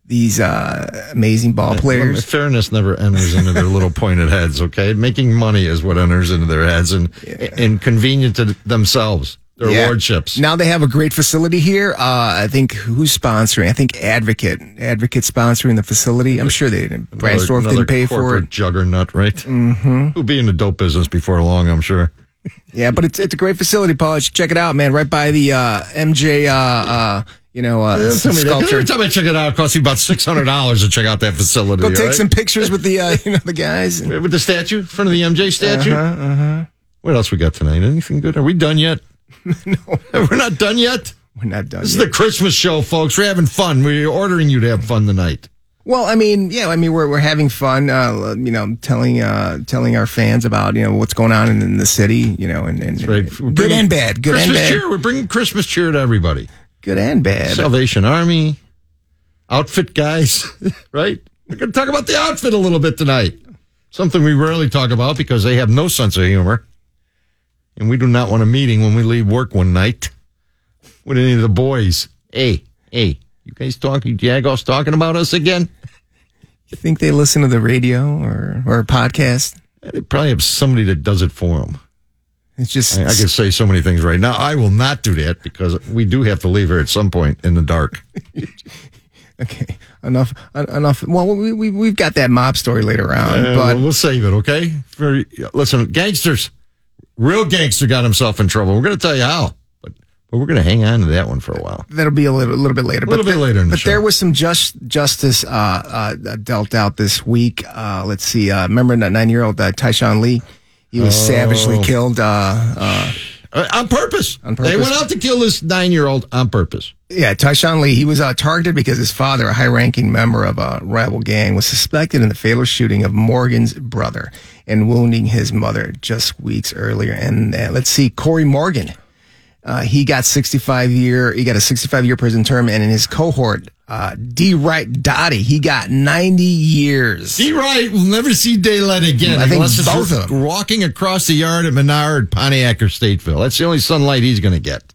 these uh, amazing ball players. Fairness never enters into their <laughs> little pointed heads. Okay, making money is what enters into their heads, and inconvenient to themselves, their Yeah. lordships. Now they have a great facility here. Uh, I think who's sponsoring? I think Advocate. Advocate sponsoring the facility. I'm sure they didn't. Another- Bransdorf another didn't pay for corporate it. Juggernaut, right? Mm-hmm. Who'll be in the dope business before long, I'm sure. Yeah, but it's it's a great facility, Paul. You should check it out, man. Right by the uh, MJ. Uh, uh, you know, uh, sculpture. Every time I check it out, it costs you about six hundred dollars to check out that facility. Go take right? some pictures with the uh, <laughs> you know the guys. And- with the statue in front of the MJ statue. Uh-huh, What else we got tonight? Anything good? Are we done <laughs> yet? no, <laughs> we're not done yet. We're not done. This is yet. the Christmas show, folks. We're having fun. We're ordering you to have fun tonight. Well, I mean, yeah, I mean, we're we're having fun, uh, you know, telling uh, telling our fans about you know what's going on in, in the city, you know, and, and Right? We're good bringing and bad, good Christmas and bad, cheer. We're bringing Christmas cheer to everybody. good and bad. Salvation Army, outfit guys, <laughs> right? We're going to talk about the outfit a little bit tonight. Something we rarely talk about because they have no sense of humor. And we do not want a meeting when we leave work one night with any of the boys. Hey, hey, you guys talking, Jagos talking about us again? you think they listen to the radio or or podcast? They probably have somebody that does it for them. It's just I, I could say so many things right now. I will not do that because we do have to leave here at some point in the dark. okay. Enough, en- enough. Well, we we we've got that mob story later on, Uh, but we'll, we'll save it, okay? For, yeah, listen, gangsters, real gangster got himself in trouble. We're going to tell you how, but, but we're going to hang on to that one for a while. that'll be a little, little bit later. A little bit later in the but show. there was some just justice uh, uh, dealt out this week. Uh, let's see. Uh, remember that nine year old uh, Tyshawn Lee? He was savagely killed. Uh, uh, Uh, on, purpose. On purpose. They went out to kill this nine year old on purpose. yeah, Tyshawn Lee. He was uh, targeted because his father, a high ranking member of a rival gang, was suspected in the fatal shooting of Morgan's brother and wounding his mother just weeks earlier. And uh, let's see, Corey Morgan. Uh, he got 65 year. He got a 65 year prison term, and in his cohort, uh, D. Wright Dottie, he got 90 years. D. Wright will never see daylight again I think unless it's both of them. walking across the yard at Menard, Pontiac, or Stateville. That's the only sunlight he's going to get.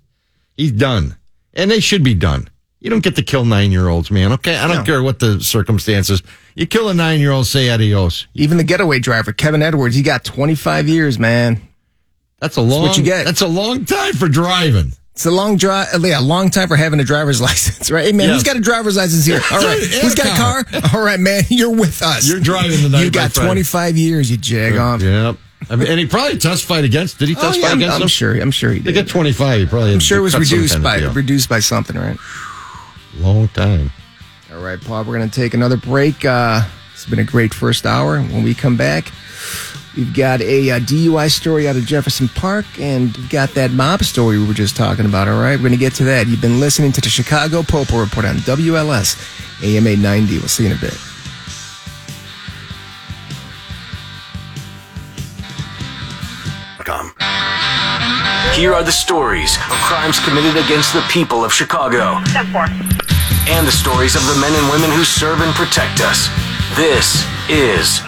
He's done. And they should be done. You don't get to kill nine year olds, man, okay? I don't care what the circumstances. You kill a nine year old, say adios. Even the getaway driver, Kevin Edwards, he got 25 years, man. That's a long. what you get. That's a long time for driving. It's a long drive, yeah, a long time for having a driver's <laughs> license, right? Hey, man, Yeah. who's got a driver's license here? All right, Dude, and who's a got a car. car? All right, man, <laughs> you're with us. You're driving the night, You my got friend. 25 years, you jag off. Yep. I mean, and he probably testified against. Did he Oh, testify yeah, I'm, against I'm them? sure. I'm sure he They did. get 25. He probably. I'm sure it was reduced by reduced by something, right? long time. All right, Paul, we're going to take another break. Uh, it's been a great first hour. When we come back, we've got a, uh DUI story out of Jefferson Park and we've got that mob story we were just talking about. All right, we're going to get to that. You've been listening to the Chicago Popo Report on WLS AMA 90. We'll see you in a bit. Com. Here are the stories of crimes committed against the people of Chicago and the stories of the men and women who serve and protect us. This is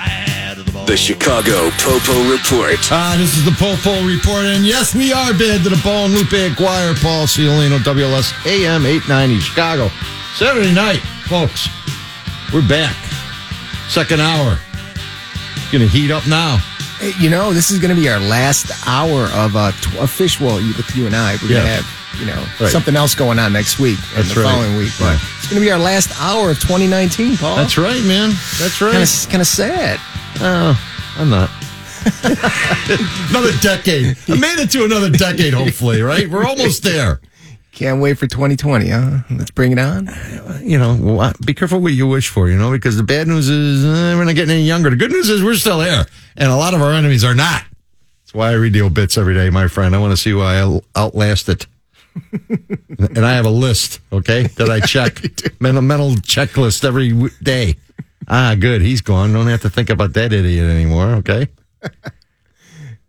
The Chicago Popo Report. Ah, this is the Popo Report, and yes, we are bid to the Paul and Lupe Aguirre, Paul Ciolino, WLS AM 890 Chicago. Saturday night, folks. We're back. Second hour. Gonna heat up now. Hey, you know, this is going to be our last hour of uh, tw- a fish wall with you and I. We're going to Yeah. have, you know, Right. something else going on next week and That's the right. following week. But Yeah. it's going to be our last hour of 2019, Paul. That's right, man. That's right. kind of kind of sad. I'm not. <laughs> another decade. I made it to another decade, hopefully, right? We're almost there. Can't wait for 2020, huh? Let's bring it on. You know, well, I- be careful what you wish for, you know, because the bad news is uh, we're not getting any younger. The good news is we're still here, and a lot of our enemies are not. That's why I redeal bits every day, my friend. I want to see why I outlast it. <laughs> <laughs> and I have a list, okay, that I check, mental, mental checklist every w- day. Ah, good. He's gone. Don't have to think about that idiot anymore. Okay.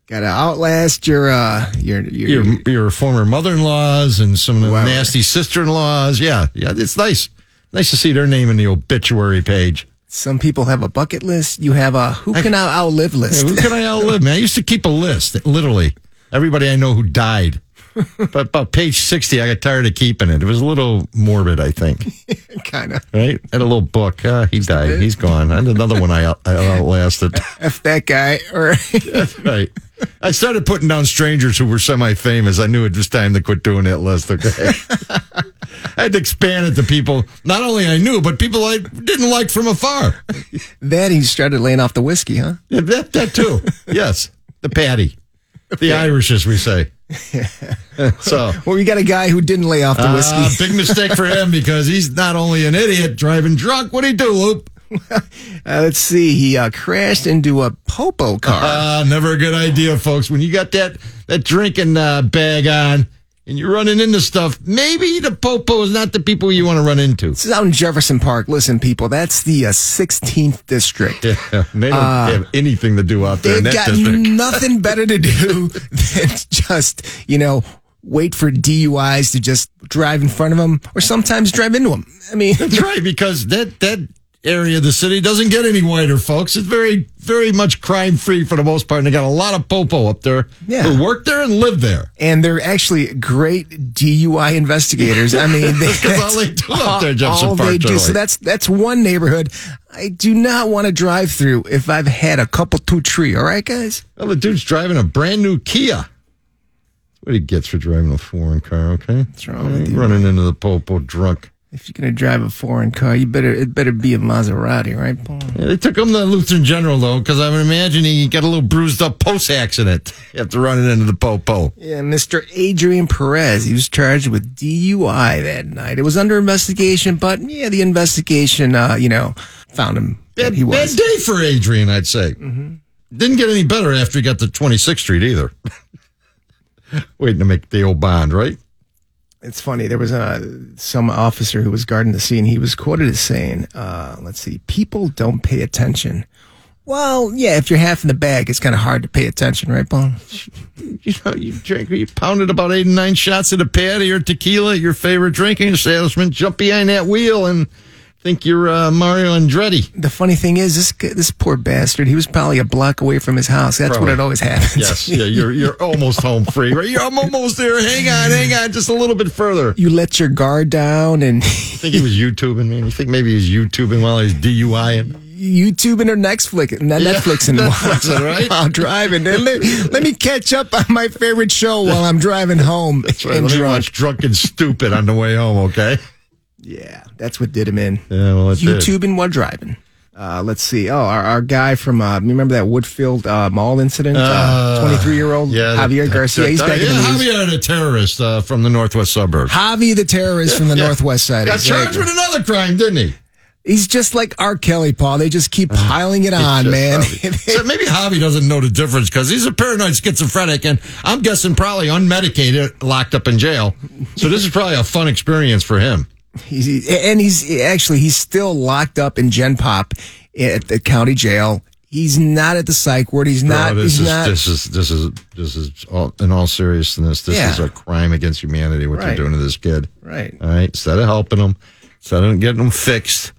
Gotta outlast your uh your your, Your your former mother in laws and some of the Wow. nasty sister in laws. Yeah, yeah. It's nice. Nice to see their name in the obituary page. some people have a bucket list. You have a who can I outlive Hey, list. <laughs> who can I outlive, man? I used to keep a list, literally. Everybody I know who died. <laughs> But about page 60, I got tired of keeping it. It was a little morbid, I think. kind of Right? Had a little book. Ah, he died. He's gone. I had another one I, out, I <laughs> outlasted. f that guy or <laughs> <laughs> Right. I started putting down strangers who were semi famous. I knew it was time to quit doing that list, okay? I had to expand it to people, not only I knew, but people I didn't like from afar. that he started laying off the whiskey, huh? Yeah, that, that too. Yes. The patty. The Irish, as we say. So. Well, we got a guy who didn't lay off the Uh, whiskey. big mistake for him because he's not only an idiot driving drunk. What'd he do, Loop? Uh, let's see. He uh, crashed into a popo car. Uh, never a good idea, folks. When you got that that drinking uh, bag on and you're running into stuff, maybe the popo is not the people you want to run into. <laughs> this is out in Jefferson Park. Listen, people, that's the uh, 16th district. Yeah, they don't have anything to do out there in Ah. They've that <laughs> got district. nothing better to do <laughs> than just, you know, wait for DUIs to just drive in front of them or sometimes drive into them. I mean, <laughs> That's right, because that that area of the city doesn't get any whiter, folks. It's very very much crime free for the most part, and they got a lot of popo up there Yeah. who work there and live there. and they're actually great DUI investigators. I <laughs> mean, they, That's all they do up there, Jefferson all Park, they do. Charlie. So that's that's one neighborhood I do not want to drive through if I've had a couple two tree. All right, guys. Well, the dude's driving a brand new Kia. That's what he gets for driving a foreign car, okay? What's wrong with you? Running into the popo drunk. If you're gonna drive a foreign car, you better it better be a Maserati, right, Paul? Yeah, they took him to Lutheran General, though, because I would imagine he got a little bruised up post accident <laughs> after running into the popo. Yeah, Mr. Adrian Perez. He was charged with DUI that night. It was under investigation, but yeah, the investigation, uh, you know, found him. that Bad, he was. Mm-hmm. bad day for Adrian, I'd say. Didn't get any better after he got to 26th Street either. <laughs> Waiting to make the old bond, right? <laughs> It's funny. There was uh, some officer who was guarding the scene. He was quoted as saying, uh, "Let's see, people don't pay attention." Well, yeah, if you're half in the bag, it's kind of hard to pay attention, right, Paul? you know, you drink, you pounded about eight and nine shots of the patty or tequila, your favorite drinking establishment, jump behind that wheel and think you're uh, Mario Andretti. The funny thing is, this g- this poor bastard. He was probably a block away from his house. That's Probably. what it always <laughs> happens. yeah, you're you're almost home free, right? You're, I'm almost there. Hang on, hang on, just a little bit further. <laughs> you let your guard down and <laughs> You think he was YouTubing, man? You think maybe he's YouTubing while he's DUIing? YouTubing or Netflix, <laughs> not Netflix and That's all <laughs> right. while driving. Let me, let me catch up on my favorite show while I'm driving home Right, and let me drunk. watch Drunk and Stupid on the way home, okay? Yeah, that's what did him in. Yeah, well, it did. YouTubing while driving. Uh, let's see. Oh, our, our guy from uh, you remember that Woodfield uh, Mall incident? Uh, Twenty-three-year-old Yeah, Javier the- Garcia. the- He's back yeah, in the news. Javier, the terrorist uh, from the northwest suburbs, Javi, the terrorist from the Northwest Side. got charged with another crime, didn't he? He's just like R. Kelly, Paul. They just keep piling it on, Uh, Just man. <laughs> Javi. so maybe Javi doesn't know the difference because he's a paranoid schizophrenic, and I'm guessing probably unmedicated, locked up in jail. So this is probably a fun experience for him. He's, and he's actually he's still locked up in Gen Pop at the county jail. He's not at the psych ward. He's not. Bro, this is he's not. this is this is this is all, in all seriousness, this Yeah. is a crime against humanity. What Right. you're doing to this kid, Right. All right, instead of helping him, instead of getting him fixed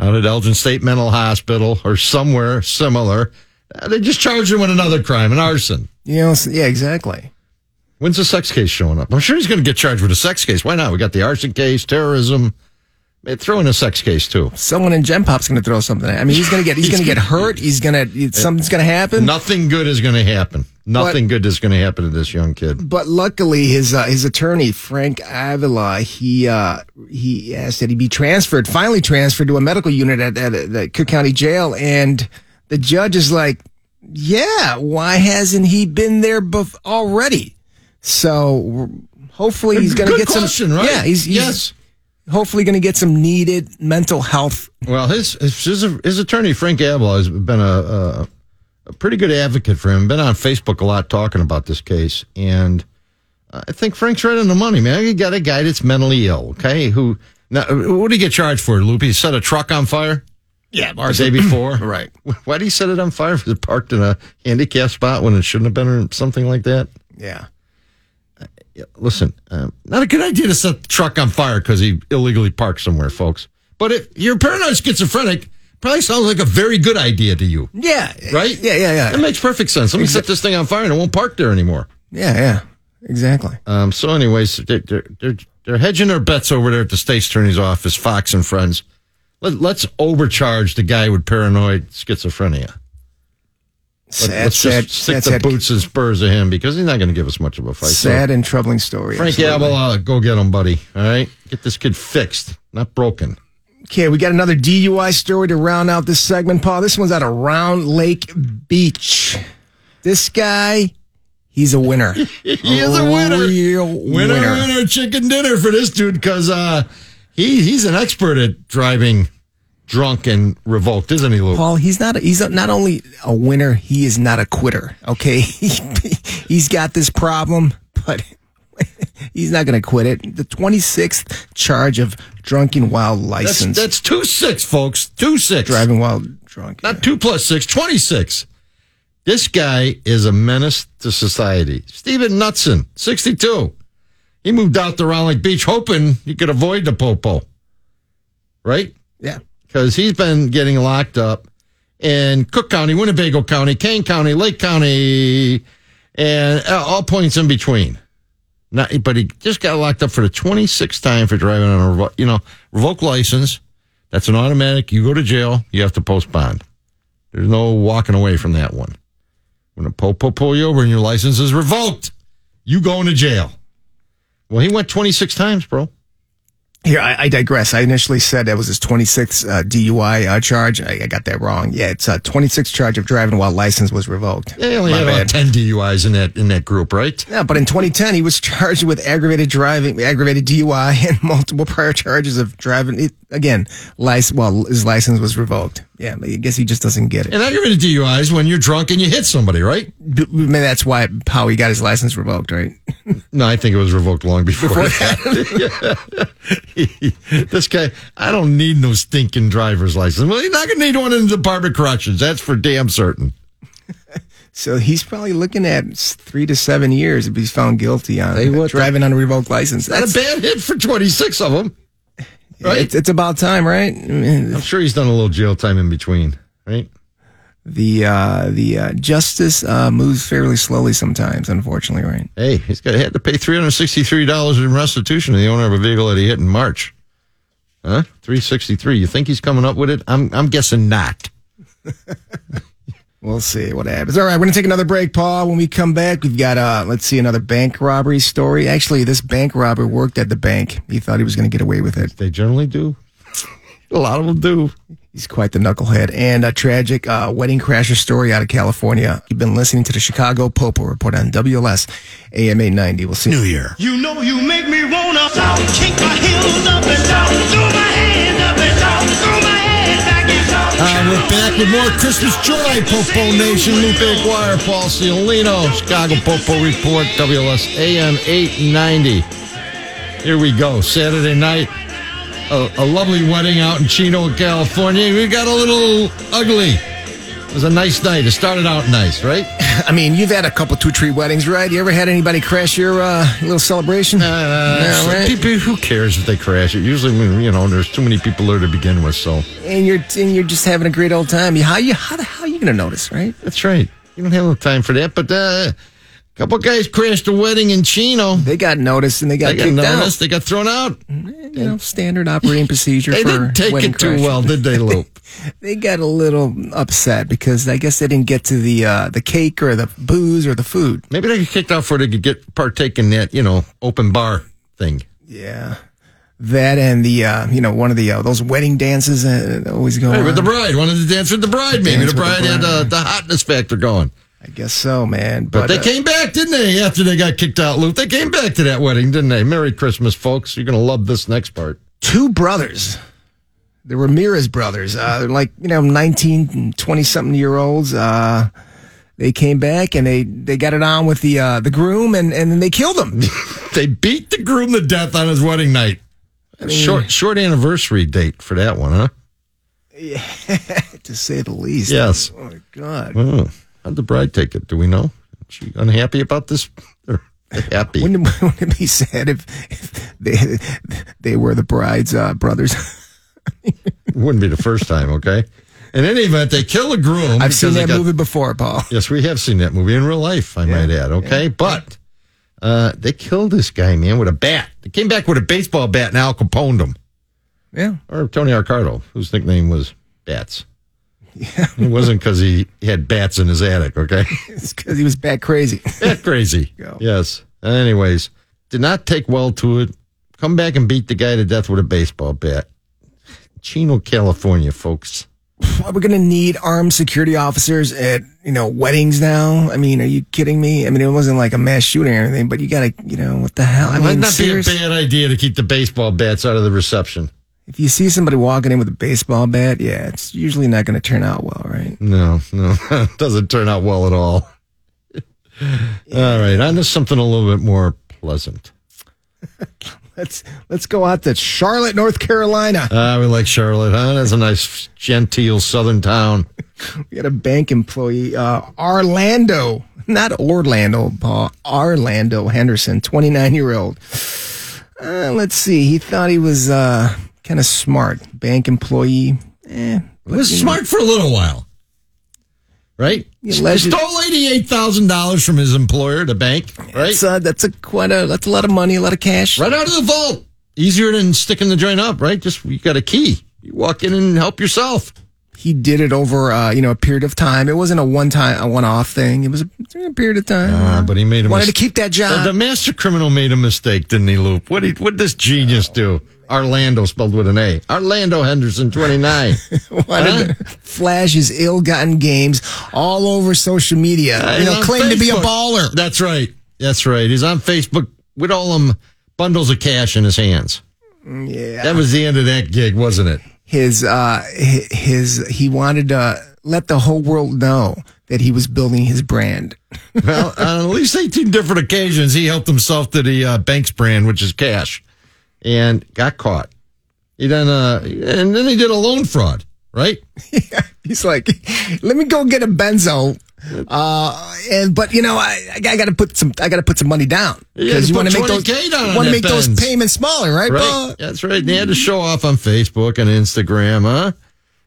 out at Elgin State Mental Hospital or somewhere similar, uh, they just charged him with another crime, an arson. You know. so- Yeah. Exactly. When's the sex case showing up? I'm sure he's going to get charged with a sex case. Why not? We got the arson case, terrorism. Man, throw in a sex case too. Someone in Gen Pop's going to throw something. at I mean, he's going to get. He's, going to get hurt. He's going to. Something's going to happen. Nothing good is going to happen. Nothing good is going to happen to this young kid. But luckily, his uh, his attorney Frank Avila he uh, he asked that he be transferred, finally transferred to a medical unit at, at, at the Cook County Jail, and the judge is like, "Yeah, why hasn't he been there bef- already?" So we're- hopefully, he's going to Good get question, some. right? Yeah, he's, he's yes. hopefully going to get some needed mental health. Well, his his, his his attorney Frank Avila has been a, a a pretty good advocate for him. Been on Facebook a lot talking about this case, and I think Frank's right on the money, man. You got a guy that's mentally ill, okay? Who now, what did he get charged for? Loopy set a truck on fire. Yeah, the day before. Right. Why did he set it on fire? Was it parked in a handicapped spot when it shouldn't have been, or something like that? Yeah. Listen, um, not a good idea to set the truck on fire because he illegally parked somewhere, folks. But if you're paranoid schizophrenic, probably sounds like a very good idea to you, Yeah. right? Yeah, yeah, yeah. That makes perfect sense. Let me set this thing on fire and it won't park there anymore. yeah, yeah. Exactly. Um, so, anyways, they're, they're, they're, they're hedging their bets over there at the state's attorney's office, Fox and friends. Let, let's overcharge the guy with paranoid schizophrenia. Sad, Let's sad, just stick sad, the sad, boots and spurs of him because he's not going to give us much of a fight. So, sad and troubling story. Frank absolutely. Avila, go get him, buddy. All right, get this kid fixed, not broken. Okay, we got another DUI story to round out this segment, Paul. This one's out of Round Lake Beach. This guy, he's a <laughs> winner. He is a winner. Real winner, winner, winner. chicken dinner for this dude because uh, he he's an expert at driving drunk and revoked, isn't he, Lou? Paul, he's not. He's not only a winner. He is not a quitter. Okay, <laughs> he's got this problem, but <laughs> he's not going to quit it. The twenty sixth charge of drunken while That's, license, that's two six, folks. Two six. driving while drunk. Not two plus six, 26. This guy is a menace to society. Stephen Knutson, 62. He moved out to Round Lake Beach hoping he could avoid the popo, right? yeah, Because he's been getting locked up in Cook County, Winnebago County, Kane County, Lake County, and uh, all points in between. Not, but he just got locked up for the 26th time for driving on a revo- you know revoked license. That's an automatic. You go to jail. You have to post bond. There's no walking away from that one. When a po po pull you over and your license is revoked, you going to jail. Well, he went 26 times, bro. Here, I, I digress. I initially said that was his 26th uh, DUI uh, charge. I, I got that wrong. Yeah, it's a 26th charge of driving while license was revoked. Yeah, he only My had about bad. 10 DUIs in that in that group, right? Yeah, but in 2010, he was charged with aggravated driving, aggravated DUI, and <laughs> multiple prior charges of driving. It, again, license, well, his license was revoked. Yeah, I guess he just doesn't get it. And aggravated DUIs when you're drunk and you hit somebody, right? B- Maybe that's why how he got his license revoked, right? <laughs> No, I think it was revoked long before, <laughs> that. this guy, I don't need no stinking driver's license. Well, you're not going to need one in the Department of Corrections. That's for damn certain. So he's probably looking at s- three to seven years if he's found guilty on driving on a revoked license. Not a That's bad hit for 26 of them. Right? it's, it's about time, right? I mean, I'm sure he's done a little jail time in between, right? the uh, the uh, justice uh, moves fairly slowly sometimes, unfortunately, right? Hey, he's got he had to pay three hundred sixty three dollars in restitution to the owner of a vehicle that he hit in March. Huh? Three sixty three. You think he's coming up with it? I'm I'm guessing not. We'll see what happens. All right, we're gonna take another break, Paul. When we come back, we've got uh, let's see another bank robbery story. Actually, this bank robber worked at the bank. He thought he was gonna get away with it. They generally do. a lot of them do. He's quite the knucklehead. And a tragic uh, wedding crasher story out of California. You've been listening to the Chicago Popo Report on WLS AM eight ninety. We'll see. you. You know you make me wanna kick my heels up and down, throw my hand up and down, throw my head back and down. Uh, we're back with more Christmas joy, Popo Nation. Lupe Aguirre, Paul Ciolino, Chicago Popo Report, WLS AM 890. Here we go. Saturday night, a, a lovely wedding out in Chino, California. We got a little ugly. It was a nice night. It started out nice, right? I mean, you've had a couple two tree weddings, right? You ever had anybody crash your uh, little celebration? Uh, No, right? people, who cares if they crash it? Usually, when, you know, there's too many people there to begin with, so. and you're and you're just having a great old time. You- How you how the hell are you gonna notice, right? That's right. You don't have no time for that, but uh, a couple guys crashed a wedding in Chino. They got noticed and they got They got kicked noticed. They got thrown out. out. You know, standard operating <laughs> procedure They for didn't take wedding it too crashes. well, did they, <laughs> Loop? They got a little upset because I guess they didn't get to the uh, the cake or the booze or the food. Maybe they got kicked out for they could get partake in that, you know, open bar thing. Yeah. That and the uh, you know one of the uh, those wedding dances that always go Hey, on. with the bride, wanted to dance with the bride. Maybe Dance the Uh-huh. with bride the had uh, bride. the hotness factor going. I guess so, man. But, But, they uh, came back, didn't they? After they got kicked out, Loop, they came back to that wedding, didn't they? Merry Christmas, folks. You're gonna love this next part. two brothers. The Ramirez brothers, uh, they're like, you know, 19, 20 something year olds. Uh, they came back and they, they got it on with the, uh, the groom and, and then they killed him. They beat the groom to death on his wedding night. short, short anniversary date for that one, huh? <laughs> to say the least. Yes. Oh my god. Oh, how'd the bride take it? Do we know? She unhappy about this? <laughs> Or happy? Wouldn't it, <laughs> wouldn't it be sad if, if they they were the bride's uh, brothers? Wouldn't be the first time, okay? In any event, they kill the groom. I've because seen they that got- movie before, Paul. Yes, we have seen that movie in real life, I might add, okay? But uh, they killed this guy, man, with a bat. They came back with a baseball bat and Al Caponed him. Yeah. Or Tony Arcardo, whose nickname was <laughs> Bats. Yeah. It wasn't because he had bats in his attic, okay? It's because he was bat crazy. That crazy. <laughs> Go. Yes. Anyways, did not take well to it. Come back and beat the guy to death with a baseball bat. Chino, California, folks. Why we're gonna need armed security officers at you know weddings now? I mean, are you kidding me? I mean, it wasn't like a mass shooting or anything, but you gotta you know what the hell? I Might mean, not serious- be a bad idea to keep the baseball bats out of the reception. if you see somebody walking in with a baseball bat, yeah, it's usually not gonna turn out well, right? No, no, <laughs> doesn't turn out well at all. <laughs> all right, on to something a little bit more pleasant. Let's let's go out to Charlotte, North Carolina. Ah, we like Charlotte, huh? That's a nice, genteel southern town. We had a bank employee, uh, Orlando, not Orlando, Paul, Orlando Henderson, 29 year old. Uh, let's see. He thought he was, uh, kind of smart. Bank employee. Eh. It was smart for a little while, right? He alleged- Stole eighty-eight thousand dollars from his employer, the bank, right? That's, uh, that's a quite a, that's a lot of money, a lot of cash. Right out of the vault. Easier than sticking the joint up, right? Just you got a key. You walk in and help yourself. He did it over, uh, you know, a period of time. It wasn't a one time, a one off thing. It was a, a period of time. Ah, but he made a Wanted mis- to keep that job. The, the master criminal made a mistake, didn't he, Loop? What did what this genius do? Orlando spelled with an A. Orlando Henderson, twenty <laughs> nine. <laughs> wanted to flash his ill-gotten games all over social media. Uh, you know, claim to be a baller. That's right. That's right. He's on Facebook with all them bundles of cash in his hands. Yeah. That was the end of that gig, wasn't it? his uh hi- his he wanted to let the whole world know that he was building his brand. Well, on at least 18 different occasions, he helped himself to the uh, Banks brand, which is cash, and got caught. He then, uh, and then he did a loan fraud, right? He's like, "Let me go get a benzo." Uh, and but you know, I I gotta put some I gotta put some money down You had to wanna put 20K down on that want to make those Benz. payments smaller, right? Right. Bob? Uh, That's right. They had to show off on Facebook and Instagram, huh?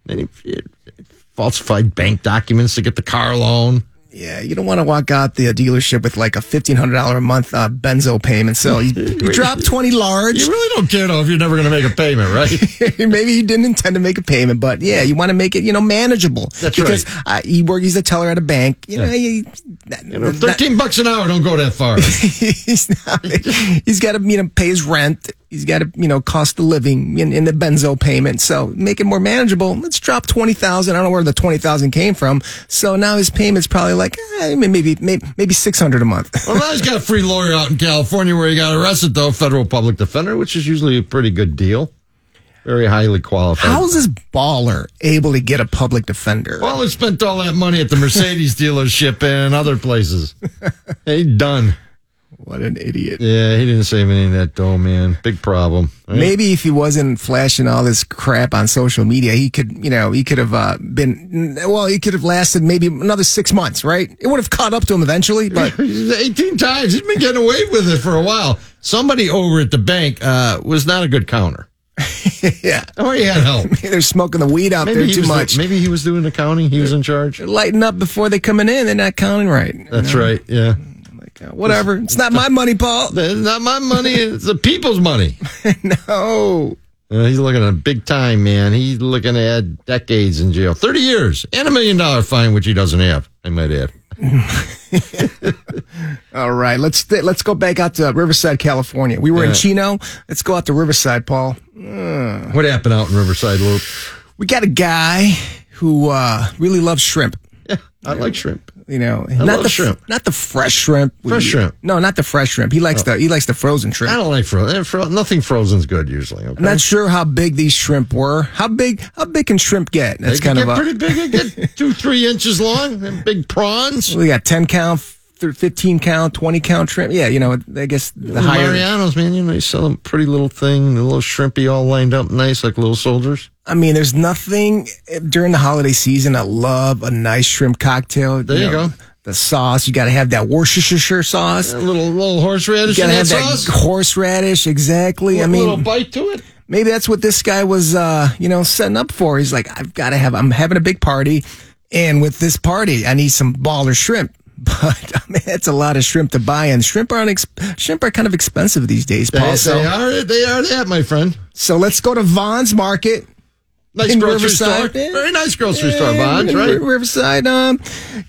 Then he it- it falsified bank documents to get the car loan. Yeah, you don't want to walk out the dealership with like a fifteen hundred dollar a month uh, benzo payment. So <laughs> you, you drop twenty large. You really don't care though if you're never going to make a payment, right? <laughs> Maybe you didn't intend to make a payment, but yeah, you want to make it, you know, manageable. That's because, uh, he work, he's a teller at a bank. You know, Yeah. he, that- You know, <laughs> that- Thirteen bucks an hour don't go that far. <laughs> he's not, he's got to, you know, pay his rent. He's got to, you know, cost the living in, in the benzo payment. So make it more manageable. Let's drop 20,000. I don't know where the 20,000 came from. So now his payment's probably like, eh, maybe, maybe, maybe 600 a month. <laughs> Well, now he's got a free lawyer out in California where he got arrested though, federal public defender, which is usually a pretty good deal, very highly qualified. How is this baller able to get a public defender? well, he spent all that money at the <laughs> Mercedes dealership and other places. He done. What an idiot. Yeah, he didn't save any of that dough, man. Big problem. right? Maybe if he wasn't flashing all this crap on social media, he could, you know, he could have uh, been, well, he could have lasted maybe another six months, right? It would have caught up to him eventually, <laughs> but 18 times. He's been getting away with it for a while. Somebody over at the bank uh, was not a good counter. yeah, Or he had help. <laughs> they're smoking the weed out Maybe there he, too was much. maybe he was doing the counting. He was in charge. Lighten up before they coming in. They're not counting right. That's right. Yeah. Like, uh, whatever. It's not my money, Paul. That's not my money. It's the people's money. No. Uh, he's looking at big time, man. He's looking at decades in jail 30 years and a million dollar fine, which he doesn't have, I might add. All right, let's th- let's go back out to Riverside, California. We were in Yeah. Chino. Let's go out to Riverside, Paul. What happened out in Riverside Loop? We got a guy who uh, really loves shrimp. Yeah, I like shrimp. you know, love not the shrimp. not the fresh shrimp. we Fresh eat. shrimp. Oh. No, not the fresh shrimp. He likes the he likes the frozen shrimp. I don't like frozen. eh, fro- Nothing frozen's good usually. Okay? I'm not sure how big these shrimp were. How big? How big can shrimp get? That's they kind get of a, pretty big. They <laughs> get two, three inches long. Them big prawns. we got ten count, th- fifteen count, twenty count shrimp. Yeah, you know, I guess the <laughs> higher. Marianos, man, you know, you sell them pretty little thing, the little shrimpy all lined up nice like little soldiers. I mean, there's nothing eh, during the holiday season. I love a nice shrimp cocktail. There you go. The sauce, you got to have that Worcestershire sauce. A little little horseradish You in gotta that have sauce. that horseradish, exactly. <laughs> I a little mean, bite to it. maybe that's what this guy was, uh, you know, setting up for. He's like, I've got to have, I'm having a big party, and with this party, I need some baller shrimp. <laughs> But I mean, that's a lot of shrimp to buy, and shrimp aren't ex- shrimp are kind of expensive these days, They, Paul. they So, are they are that, my friend. so let's go to Vaughn's Market. Nice In grocery Riverside, store. yeah. Very nice grocery store, Yeah, Bonds, in right? Ri- Riverside. Um,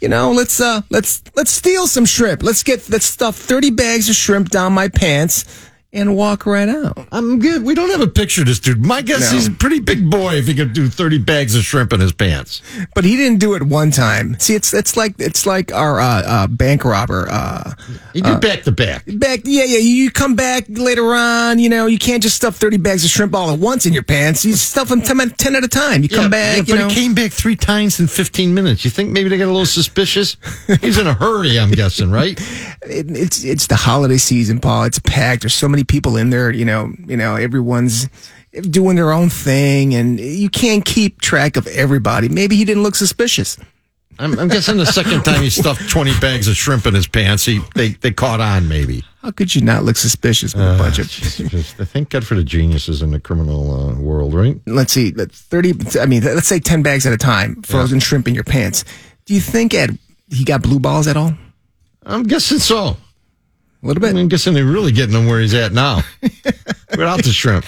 you know, let's uh, let's let's steal some shrimp. Let's get let's stuff thirty bags of shrimp down my pants and walk right out. I'm good. We don't have a picture of this dude. My guess No. he's a pretty big boy if he could do 30 bags of shrimp in his pants. But he didn't do it one time. See, it's it's like it's like our uh, uh, bank robber. Uh, He did back to back. back, yeah, yeah. You come back later on. You know, you can't just stuff thirty bags of shrimp all at once in your pants. You stuff them 10, at- 10 at a time. You come Yeah, yeah, back. but you know, he came back three times in 15 minutes. You think maybe they got a little suspicious? He's in a hurry, I'm guessing, right? it, it's it's the holiday season, Paul. It's packed. There's so many people in there. You know, you know, everyone's doing their own thing, and you can't keep track of everybody. Maybe he didn't look suspicious. I'm, I'm guessing the second time he stuffed 20 bags of shrimp in his pants, he they, they caught on maybe. How could you not look suspicious with a bunch of? Just, thank God for the geniuses in the criminal uh, world, right? Let's see, that thirty. I mean, let's say ten bags at a time, frozen shrimp in your pants. Do you think Ed he got blue balls at all? I'm guessing so. A little bit. I'm guessing they're really getting him where he's at <laughs> now. Without the shrimp.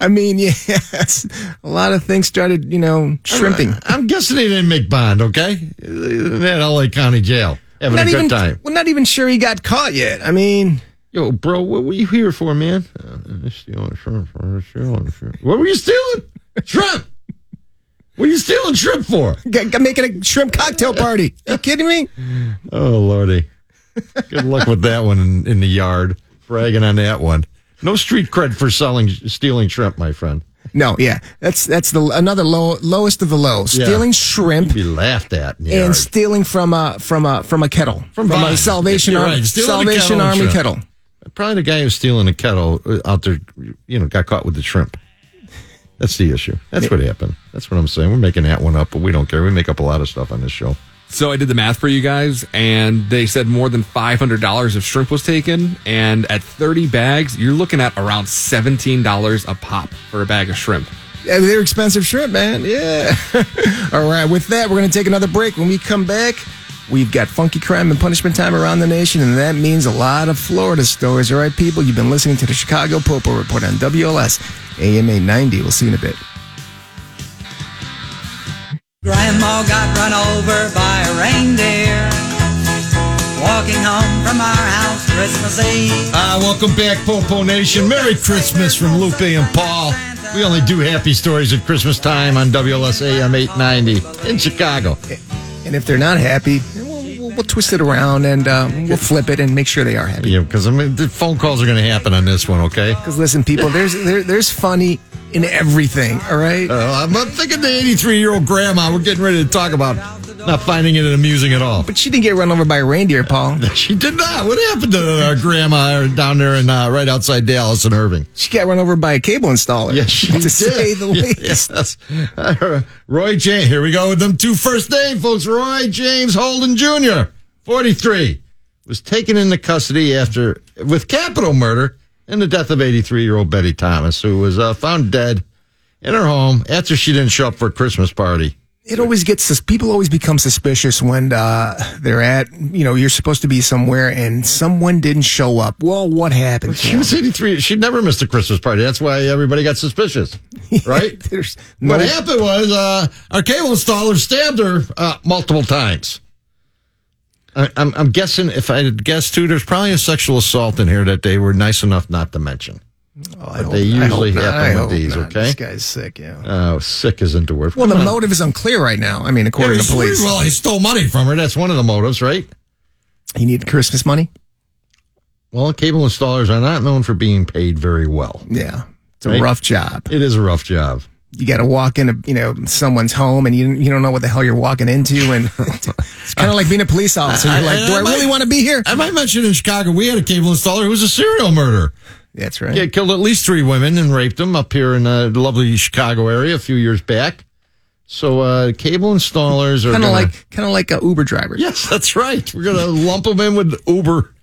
I mean, <laughs> yes, a lot of things started, you know, shrimping. I'm guessing they didn't make bond, okay? That LA County jail. Having a good even, time. We're not even sure he got caught yet. I mean. Yo, bro, what were you here for, man? Uh, I'm stealing shrimp. I'm stealing shrimp. What were you stealing? Shrimp. What are you stealing shrimp for? G- g- making a shrimp cocktail party. You kidding me? Oh, Lordy. Good luck with that one in, in the yard. Bragging on that one. No street cred for selling, stealing shrimp, my friend. No, yeah, that's that's the another low lowest of the low. Yeah. Stealing shrimp Be laughed at in the yard. and stealing from a from a from a kettle from, a vines. Salvation You're Army right, stealing a Salvation kettle and Army shrimp. kettle. Probably the guy who's stealing a kettle uh, out there, you know, got caught with the shrimp. That's the issue. That's what happened. That's what I'm saying. We're making that one up, but we don't care. We make up a lot of stuff on this show. So I did the math for you guys, and they said more than five hundred dollars of shrimp was taken, and at thirty bags, you're looking at around seventeen dollars a pop for a bag of shrimp. Yeah, they're expensive shrimp, man. Yeah. <laughs> All right, with that, we're gonna take another break. When we come back, we've got funky crime and punishment time around the nation, and that means a lot of Florida stories. All right, people, you've been listening to the Chicago Popo Report on WLS AMA 90. We'll see you in a bit. Grandma got run over by a reindeer. Walking home from our house Christmas Eve. Ah, welcome back, Popo Nation. Merry Christmas from Lupe and Paul. We only do happy stories at Christmas time on WLSAM 890 in Chicago. And if they're not happy, we'll, we'll, we'll twist it around and uh, we'll flip it and make sure they are happy. Yeah, because I mean, the phone calls are going to happen on this one, okay? Because listen, people, there's there, there's funny in everything. All right. Uh, I'm I'm thinking the 83 year old grandma we're getting ready to talk about, not finding it amusing at all. but she didn't get run over by a <laughs> reindeer, Paul. She did not. What happened to our grandma down there in uh, right outside Dallas and Irving? She got run over by a cable installer. Yes, <laughs> she <laughs> to did. say <laughs> the Yes, least. yes. Uh, Roy James. Here we go with them two first name folks. Roy James Holden Jr., 43, was taken into custody after with capital murder and the death of 83 year old Betty Thomas, who was uh, found dead in her home after she didn't show up for a Christmas party. It always gets sus- people always become suspicious when uh, they're at you know you're supposed to be somewhere and someone didn't show up. Well, what <laughs> happened? <laughs> She was 83. She never missed a Christmas party. That's why everybody got <laughs> suspicious, right? There's What no- happened was uh, our cable installer stabbed her uh, multiple times. I, I'm, I'm guessing, if I had guessed too, there's probably a sexual assault in here that they were nice enough not to mention. Oh, I hope- they I hope usually not. happen I with hope these, not. okay? This guy's sick. Yeah. Oh, sick isn't the word. Well, the Come on. motive is unclear right now. I mean, according to police, Well, he stole money from her. That's one of the motives, right? he needed Christmas money. Well, cable installers are not known for being paid very well. Yeah, it's a Right. rough job. It is a rough job. You got to walk into you know someone's home and you you don't know what the hell you're walking into, and <laughs> it's kind of like being a police officer. You're like, do I really want to be here? I might mention in Chicago, we had a cable installer who was a serial murderer. That's right. Yeah, killed at least three women and raped them up here in the lovely Chicago area a few years back. So uh, cable installers are Kind of gonna- like kind of like uh, Uber <laughs> drivers. yes, that's right. We're gonna lump them in with Uber,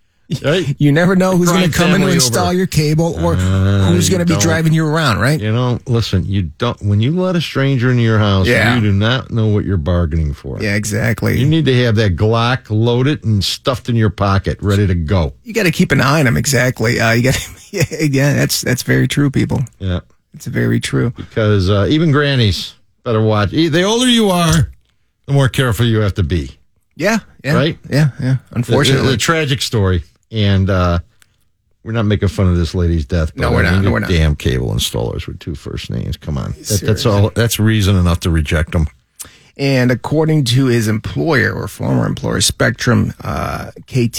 right? You never know who's going Crime to come in to family install over. your cable or who's you going to be don't. driving you around, right? You know, listen. You don't when you let a stranger into your house, Yeah. you do not know what you're bargaining for. Yeah, You exactly. need to have that Glock loaded and stuffed in your pocket, ready to go. You got to keep an eye on them. Exactly. Uh, you got. <laughs> Yeah, yeah, that's that's very true, people. Yeah, It's very true. because uh, even grannies better watch. E- The older you are, the more careful you have to be. Yeah. yeah Right? Yeah. Yeah. It's Unfortunately. a tragic story, and uh, we're not making fun of this lady's death. but No, we're I mean, not. you We're not. Damn cable installers with two first names. Come on, that, that's Seriously. all. That's reason enough to reject them. And according to his employer or former employer, Spectrum uh,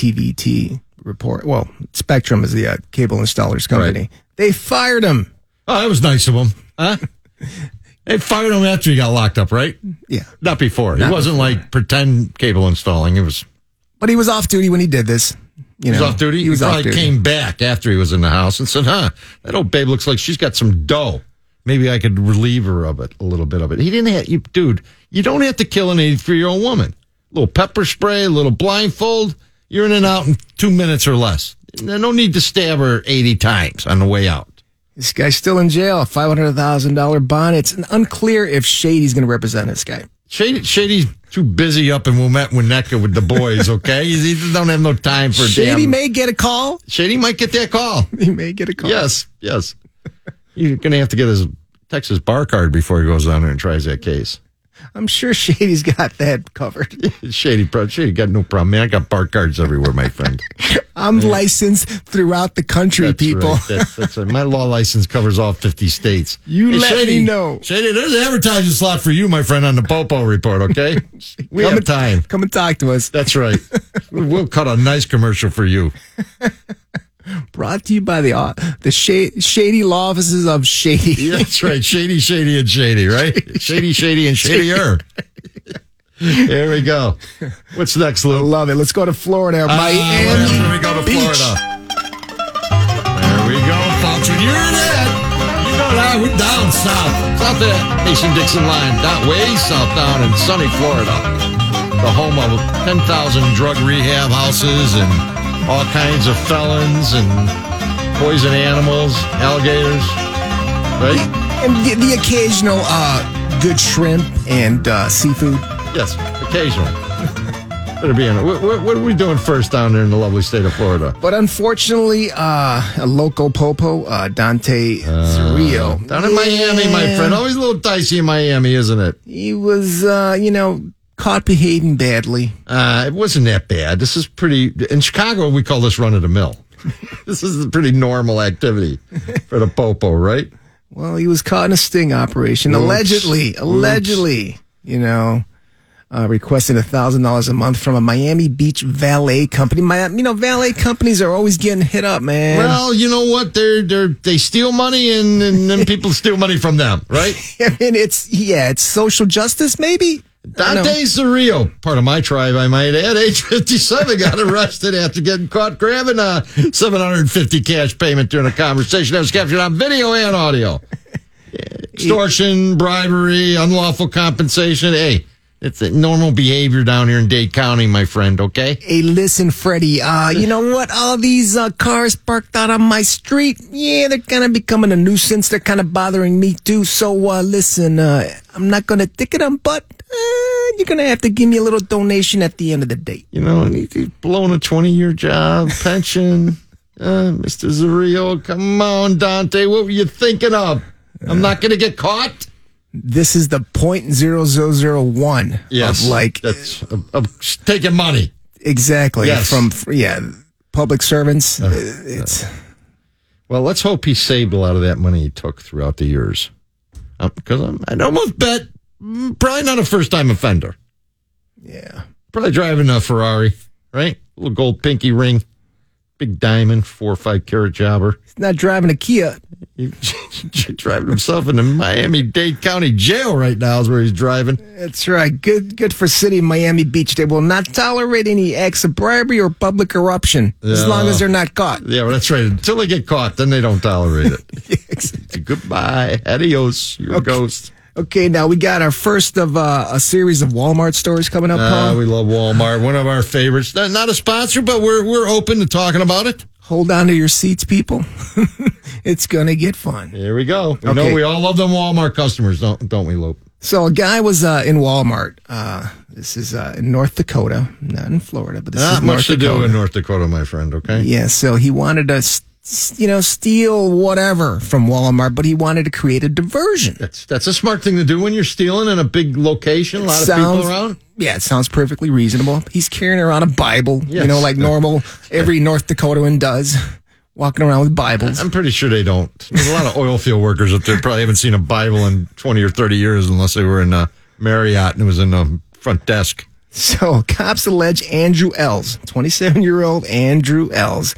KTVT report. Well, Spectrum is the uh, cable installers company. Right. They fired him. Oh, that was nice of him, <laughs> huh? they fired him after he got locked up, right? Yeah, Not before. it wasn't like pretend cable installing. It was but he was off duty when he did this. You know, He was off duty. He was probably off duty. came back after he was in the house and said, "Huh, that old babe looks like she's got some dough. Maybe I could relieve her of it a little bit of it." He didn't have you, dude. You don't have to kill an eighty-three-year-old woman. A little pepper spray, a little blindfold. You're in and out in two minutes or less. No need to stab her eighty times on the way out. This guy's still in jail. Five hundred thousand dollar bond. It's unclear if Shady's going to represent this guy. Shady, Shady's too busy up in Wilmette, Winnetka with the boys. Okay, <laughs> he he don't have no time for Shady damn. may get a call. Shady might get that call. He may get a call. Yes, yes. You're going to have to get his Texas bar card before he goes down there and tries that case. I'm sure Shady's got that covered. Shady, pro- Shady got no problem. Man, I got bar cards everywhere, my friend. I'm licensed throughout the country, That's people. right. That's, that's right. My law license covers all 50 states. You let me know. Shady, there's an advertising slot for you, my friend, on the Popo report, okay? We Come have and- time. Come and talk to us. That's right. We'll cut a nice commercial for you. Brought to you by the uh, the sha- shady law offices of <laughs> Shady. Yeah, that's right. Shady, shady, and shady, right? Shady, shady, and shadier. There we go. What's next, Lou? Love it. Let's go to Florida, Ah, Miami. that's when we go to Beach. Florida. There we go, folks. When you're in it, you know that we're down south. South of that Mason Dixon line, down way south down in sunny Florida. The home of 10,000 drug rehab houses and all kinds of felons and poison animals, alligators, right? And the, the occasional uh, good shrimp and uh, seafood. Yes, occasional. <laughs> Better be in it. What, what, what are we doing first down there in the lovely state of Florida? But unfortunately, uh, a local popo, uh, Dante Zerillo. Down in Miami, my Yeah. friend. Always a little dicey in Miami, isn't it? He was, uh, you know, caught behaving badly. Uh, it wasn't that bad. This is pretty. In Chicago, we call this run of the mill. <laughs> this is a pretty normal activity for the popo, right? Well, he was caught in a sting operation, Oops. allegedly, Oops. allegedly, you know, uh, requested a thousand dollars a month from a Miami Beach valet company. My, you know, valet companies are always getting hit up, man. Well, you know what? They're they're they steal money and and then people steal money from them, right? <laughs> I mean, it's yeah, it's social justice, maybe. I don't know. Dante Cerrillo, part of my tribe, I might add, age <laughs> 57, got arrested after getting caught grabbing a 750 cash payment during a conversation that was captured on video and <laughs> audio. Extortion, bribery, unlawful compensation. Hey, it's a normal behavior down here in Dade County, my friend, okay? Hey, listen, Freddie. Uh, you know what? All these uh, cars parked out on my street, yeah, they're kind of becoming a nuisance. They're kind of bothering me too. So, uh, listen, uh, I'm not gonna ticket them, but uh, you're gonna have to give me a little donation at the end of the day. You know, and he- he's blown a 20 year <laughs> job, pension. Uh, Mr. Zerillo, come on, Dante. What were you thinking of? I'm not going to get caught? This is the point zero zero zero one. Yes. of like that's uh, of, of taking money. exactly Yes. from yeah, public servants. it's Well, let's hope he saved a lot of that money he took throughout the years. Because Um, I'm, I'd almost bet mm, probably not a first time offender. yeah. Probably driving a Ferrari, right? Little gold pinky ring, big diamond, four or five carat jobber. He's not driving a Kia. He's <laughs> driving himself into Miami Dade County Jail right now, is where he's driving. That's right. Good good for City of Miami Beach. They will not tolerate any acts of bribery or public corruption as long as they're not caught. <laughs> Yeah, well, that's right. Until they get caught, then they don't tolerate it. Goodbye. Adios. You're a ghost. Okay, now we got our first of uh, a series of Walmart stories coming up, Uh, Paul. we love Walmart. One of our favorites. Not, not a sponsor, but we're we're open to talking about it. Hold on to your seats, people. <laughs> it's going to get fun. Here we go. We Okay. know we all love them Walmart customers, don't don't we, Lope? So a guy was uh, in Walmart. Uh, this is uh, in North Dakota, not in Florida, but this is Not North much to Dakota. do in North Dakota, my friend. Okay. Yeah, so he wanted to, s- s- you know, steal whatever from Walmart, but he wanted to create a diversion. That's that's a smart thing to do when you're stealing in a big location, a lot of people around. Yeah, it sounds perfectly reasonable. He's carrying around a Bible, Yes. you know, like normal every North Dakotan does, walking around with Bibles. I'm pretty sure they don't. There's a lot of oil field workers up there probably haven't seen a Bible in 20 or 30 years unless they were in uh, Marriott and it was in the front desk. So cops allege Andrew Ells, 27 year old Andrew Ells.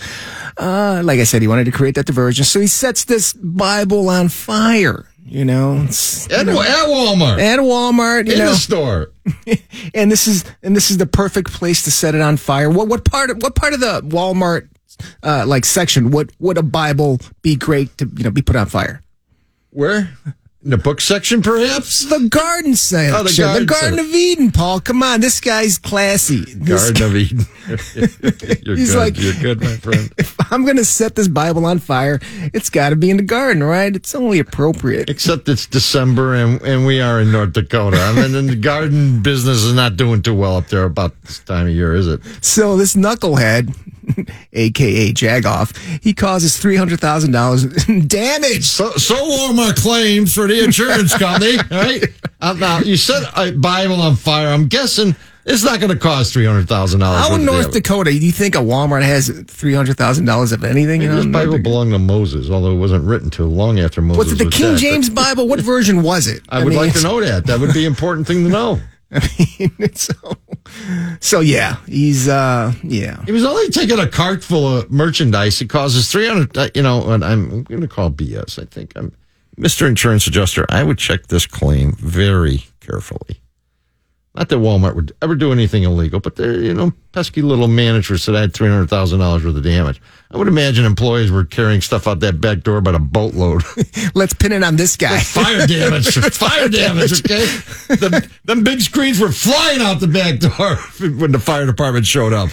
Uh, like I said, he wanted to create that diversion. So he sets this Bible on fire, you know, it's- At, at Walmart. at Walmart, you in know, the store. and this is, and this is the perfect place to set it on fire. What, what part of, what part of the Walmart, uh, like section would, would a Bible be great to, you know, be put on fire? Where? In the book section, perhaps? The garden section, Oh, the the garden garden, section. of Eden, Paul. Come on, this guy's classy. This Garden of <laughs> Eden. you're He's good. like- you're good, my friend. guy- <laughs> I'm going to set this Bible on fire. It's got to be in the garden, right? It's only appropriate. Except it's December and, and we are in North Dakota. I mean, and the garden business is not doing too well up there about this time of year, is it? So this knucklehead, <laughs> aka Jagoff, he causes three hundred thousand dollars in damage. So, so Walmart claims for the insurance company, <laughs> right? Uh, now, you said a Bible on fire. I'm guessing it's not going to cost three hundred thousand dollars. How in North Dakota do you think a Walmart has three hundred thousand dollars of anything? You know, This in Bible North Dakota? belonged to Moses, although it wasn't written till long after Moses. was it the was King dead, but James Bible? What version was it? I would mean, like to it's- know that. That would be an important thing to know. <laughs> I mean, so, so yeah, he's uh, yeah. He was only taking a cart full of merchandise. It causes three hundred. uh, You know, and I'm going to call BS. I think I'm Mr. Insurance Adjuster. I would check this claim very carefully. Not that Walmart would ever do anything illegal, but they're, you know, pesky little managers that had three hundred thousand dollars worth of damage. I would imagine employees were carrying stuff out that back door by the boatload. Let's pin it on this <laughs> guy. fire damage, <laughs> fire damage. Okay, the, them big screens were flying out the back door <laughs> when the fire department showed up.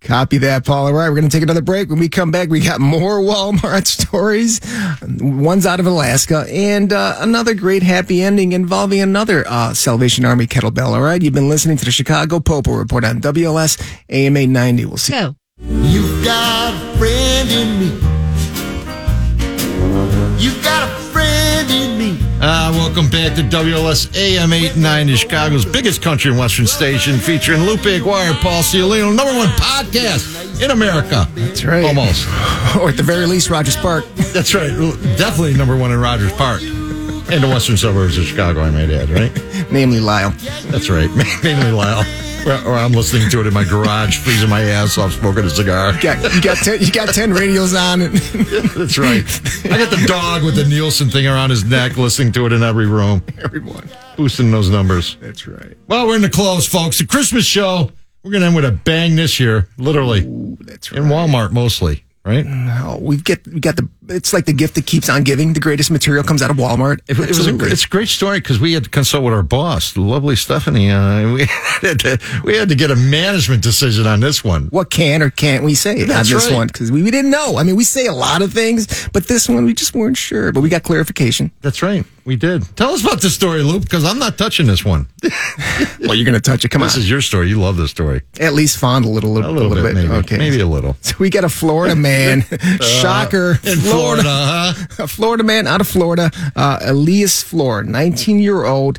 Copy that, Paul. All right, we're going to take another break. When we come back, we got more Walmart <laughs> stories. One's out of Alaska and uh, another great happy ending involving another uh, Salvation Army kettlebell. All right, you've been listening to the Chicago Popo Report on WLS AMA 90. We'll see. <laughs> Go. You've got a friend in me. You've got a friend in me. Uh, welcome back to WLS AM 890, Chicago's biggest country and western station, featuring Lupe Aguirre, Paul Ciolino, number one podcast in America. That's right. Almost. or at the very least, Roger Spark. That's right. Definitely number one in Rogers Park. And the western suburbs of Chicago, I might add, right? namely Lyle. That's right. <laughs> Mainly Lyle. Or, or I'm listening to it in my garage, freezing my ass off, smoking a cigar. You got, you got, ten, you got 10 radios on. <laughs> And That's right. <laughs> I got the dog with the Nielsen thing around his neck, listening to it in every room. everyone. boosting those numbers. That's right. Well, we're in the close, folks. The Christmas show, we're going to end with a bang this year, literally. That's in Walmart mostly, right? Oh, we get we got the it's like the gift that keeps on giving. The greatest material comes out of Walmart. It, it was a, Absolutely. it's a great story because we had to consult with our boss, the lovely Stephanie. Uh, and we, <laughs> had to, we had to get a management decision on this one. what can or can't we say That's on this right. one? Because we, we didn't know. I mean, we say a lot of things, but this one we just weren't sure. But we got clarification. That's right. We did. Tell us about the story, Luke, because I'm not touching this one. Well, you're going to touch it. Come on. This is your story. You love this story. At least fondle it a A little, little, bit, maybe. Okay. Maybe a little. So <laughs> we got a <laughs> Florida man, shocker, In Florida, huh? a <laughs> Florida man out of Florida, uh, Elias Floor, 19 year old.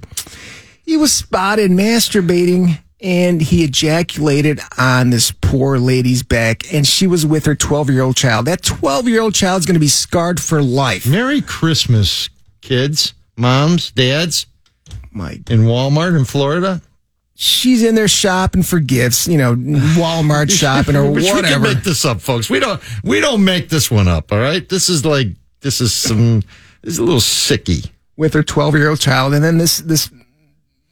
He was spotted masturbating and he ejaculated on this poor lady's back, and she was with her 12 year old child. That 12 year old child's going to be scarred for life. Merry Christmas, kids, moms, dads My in Walmart in Florida. she's in there shopping for gifts, you know, <laughs> Walmart shopping or Which We can whatever. make this up, folks. We don't we don't make this one up. All right, this is like this is some this is a little sicky. with her 12 year old child. And then this, this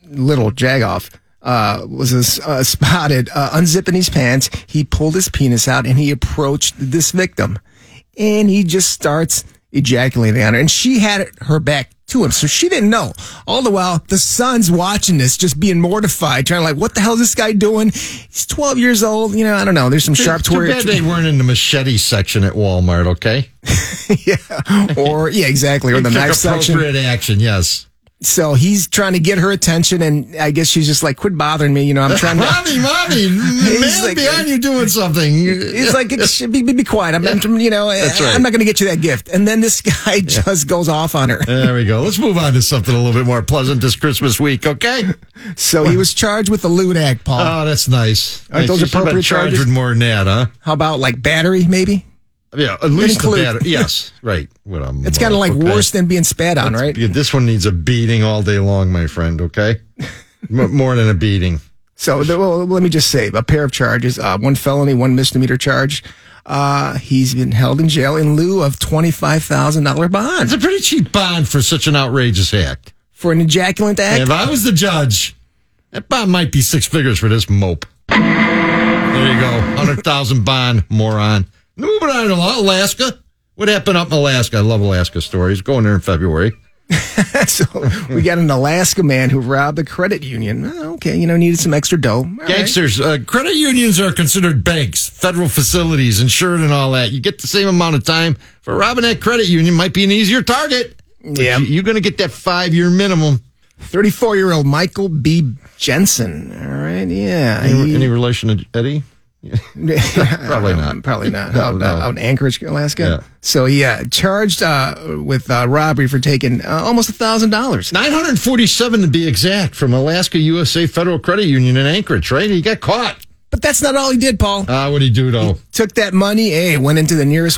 little jagoff, uh, was uh, spotted, uh, unzipping his pants. He pulled his penis out and he approached this victim and he just starts ejaculating on her. And she had her back to him. So she didn't know. All the while, the son's watching this, just being mortified, trying to like, what the hell is this guy doing? He's 12 years old. You know, I don't know. There's some sharp Too bad twer- they weren't in the machete section at Walmart. Okay, <laughs> or yeah, <laughs> exactly. Or the Took knife section. appropriate action. <laughs> Yes, So he's trying to get her attention, and I guess she's just like, "Quit bothering me," you know. I'm trying <laughs> to. mommy, <laughs> mommy, man like- behind you doing something. <laughs> He's <laughs> like, be, be, be quiet. I'm, I'm- you know, That's right. I'm not going to get you that gift. And then this <laughs> guy just goes off on her. There we go. Let's move on to something a little bit more pleasant this Christmas week, <laughs> okay? So he was charged with the lewd act, Paul. Oh, that's nice. Aren't those You should've been appropriate charged charges? with more than that, huh? How about like battery? Maybe Yeah, at least the Include- batter. <laughs> Yes, right. What I'm. it's kind of like okay. worse than being spat on, right? Yeah, this one needs a beating all day long, my friend. Okay, M- more than a beating. So the, well, let me just say a pair of charges: uh, one felony, one misdemeanor charge. Uh, he's been held in jail in lieu of twenty five thousand dollar It's bond a pretty cheap bond for such an outrageous act. for an ejaculant act. If I was the judge, that bond might be six figures for this mope. There you go. 100,000 bond, moron. Moving on to Alaska. What happened up in Alaska? I love Alaska stories. Going there in February. <laughs> so we got an Alaska man who robbed a credit union. Oh, okay, you know, needed some extra dough. All right. Gangsters, uh, credit unions are considered banks, federal facilities, insured, and all that. You get the same amount of time for robbing that credit union, might be an easier target. Yeah. You- You're going to get that five year minimum. 34 year old Michael B. Jensen. All right, yeah. Any, he- Um, any relation to Eddie? <laughs> Probably not. Probably not. No, out, no. out in Anchorage, Alaska. Yeah. So, yeah, charged uh, with uh, robbery for taking uh, almost $1,000. 947 to be exact from Alaska USA Federal Credit Union in Anchorage, right? He got caught. But that's not all he did, Paul. Ah, what'd he do though? Took that money, hey, went into the nearest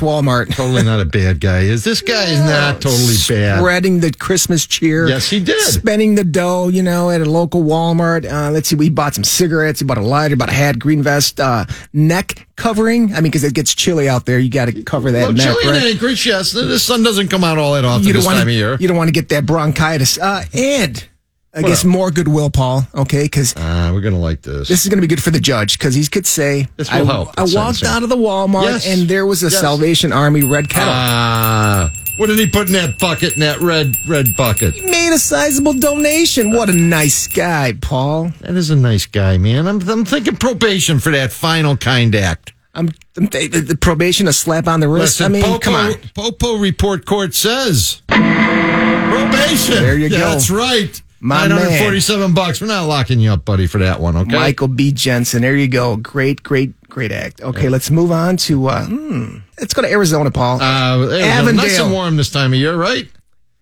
<laughs> Walmart. totally not a bad guy. Is this guy is not totally bad. Spreading the Christmas cheer. Yes, he did. Spending the dough, you know, at a local Walmart. Uh, let's see, we bought some cigarettes. He bought a lighter, bought a hat, green vest, uh, neck covering. I mean, because it gets chilly out there. You got to cover that Well, neck. chilly in right? Anchorage, yes. The the sun doesn't come out all that often you don't this want time of year. You don't want to get that bronchitis. Uh, and I guess Well. more goodwill, Paul. Okay, because Ah, we're gonna like this. this is going to be good for the judge because he could say, This "I, will help, I it sounds walked like. out of the Walmart Yes. and there was a Yes. Salvation Army red kettle." Ah, what did he put in that bucket? In that red red bucket. Made a sizable donation. What a nice guy, Paul. That is a nice guy, man. I'm I'm thinking probation for that final kind act. I'm, I'm th- the, the probation, a slap on the wrist. I mean, Popo, come on. Popo report court says probation. There you Yeah, go. That's right. My man. 947 bucks. We're not locking you up, buddy, for that one, okay? Michael B. Jensen. There you go. Great, great, great act. Okay, let's move on to. Uh, hmm, let's go to Arizona, Paul. Uh, there we go. Nice Avondale. and warm this time of year, right?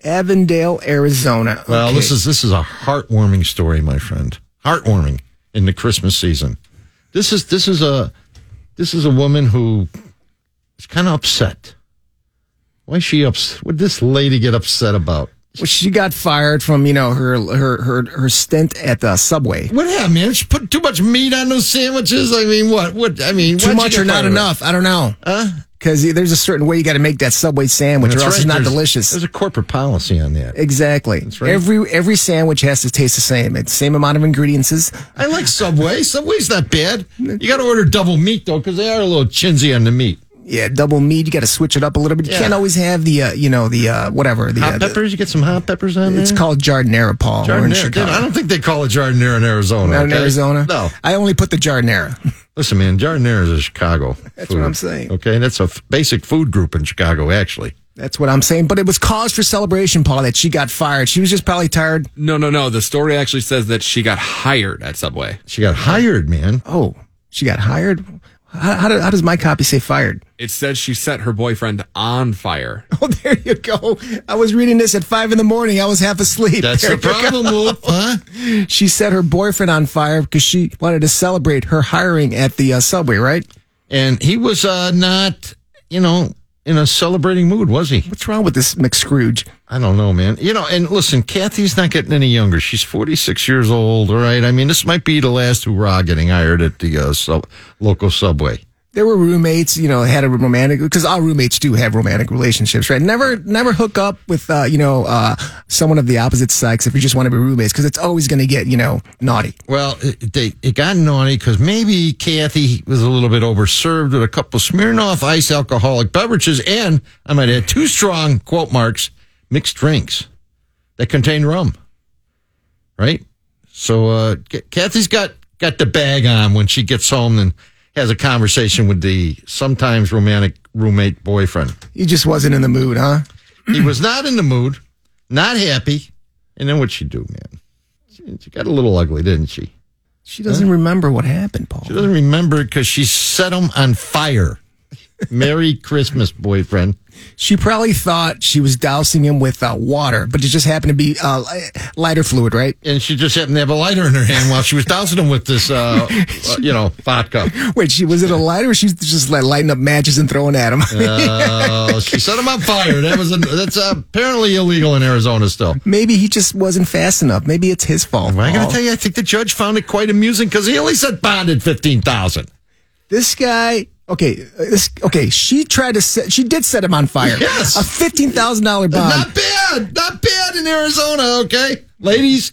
Avondale, Arizona. Well, Okay. this is this is a heartwarming story, my friend. Heartwarming in the Christmas season. This is this is a this is a woman who is kind of upset. Why is she upset? What did this lady get upset about? Well, she got fired from you know her her her, her stint at the subway. What happened, man? She put too much meat on those sandwiches. I mean, what? What? I mean, Too why'd you much get or not fired? enough? I don't know. Because there's a certain way you got to make that subway sandwich, That's or else right. it's not There's- delicious. There's a corporate policy on that. exactly. right. Every every sandwich has to taste the same. It's same amount of ingredients. I like Subway. Subway's not bad. You got to order double meat though, because they are a little chintzy on the meat. Yeah, double meat. You got to switch it up a little bit. You Yeah. can't always have the uh, you know the uh, whatever the, Hot uh, the- peppers. You get some hot peppers on there. it's called jardinera, Paul. We're in jardinera. Chicago. I don't think they call it jardinera in Arizona. Not in okay? Arizona. No. I only put the jardinera. Listen, man, jardinera is a <laughs> Chicago. That's what I'm saying. Okay, that's a f- basic food group in Chicago, actually. That's what I'm saying. But it was cause for celebration, Paul, that she got fired. She was just probably tired. No, no, no. The story actually says that she got hired at Subway. She got hired, man. Oh, she got hired. How, how, do, how does my copy say fired? <laughs> It says she set her boyfriend on fire. Oh, there you go. I was reading this at five in the morning. I was half asleep. That's There the you go. problem, Wolf. Huh? <laughs> She set her boyfriend on fire because she wanted to celebrate her hiring at the uh, subway. Right? And he was uh, not, you know, in a celebrating mood, was he? What's wrong with this McScrooge? I don't know, man. You know, and listen, Kathy's not getting any younger. She's 46 years old, all right? I mean, this might be the last hurrah getting hired at the uh, sub- local subway. There were roommates, you know, had a romantic because all roommates do have romantic relationships, right? Never, never hook up with, uh, you know, uh, someone of the opposite sex if you just want to be roommates because it's always going to get, you know, naughty. Well, it, they, it got naughty because maybe Kathy was a little bit overserved with a couple Smirnoff ice alcoholic beverages and, I might add, two strong, quote marks, mixed drinks that contain rum. Right? So uh, K- Kathy's got, got the bag on when she gets home and has a conversation with the sometimes romantic roommate boyfriend. He just wasn't in the mood, huh? he was not in the mood, not happy. And then what'd she do, man? She, she got a little ugly, didn't she? She doesn't remember what happened, Paul. She doesn't remember because she set him on fire. Merry Christmas, boyfriend. She probably thought she was dousing him with uh, water, but it just happened to be uh, li- lighter fluid, right? And she just happened to have a lighter in her hand while she was dousing him with this, uh, uh, you know, vodka. Wait, she was it a lighter? or She's just like lighting up matches and throwing at him. Uh, she set him on fire. That was that's apparently illegal in Arizona still. <laughs> Maybe he just wasn't fast enough. Maybe it's his fault. Am I going Paul. to tell you? I think the judge found it quite amusing because he only said bonded fifteen thousand. this guy. Okay, uh, this okay. She tried to set. She did set him on fire. Yes. a fifteen thousand dollar Not bond. bad. Not bad in Arizona, okay? Ladies,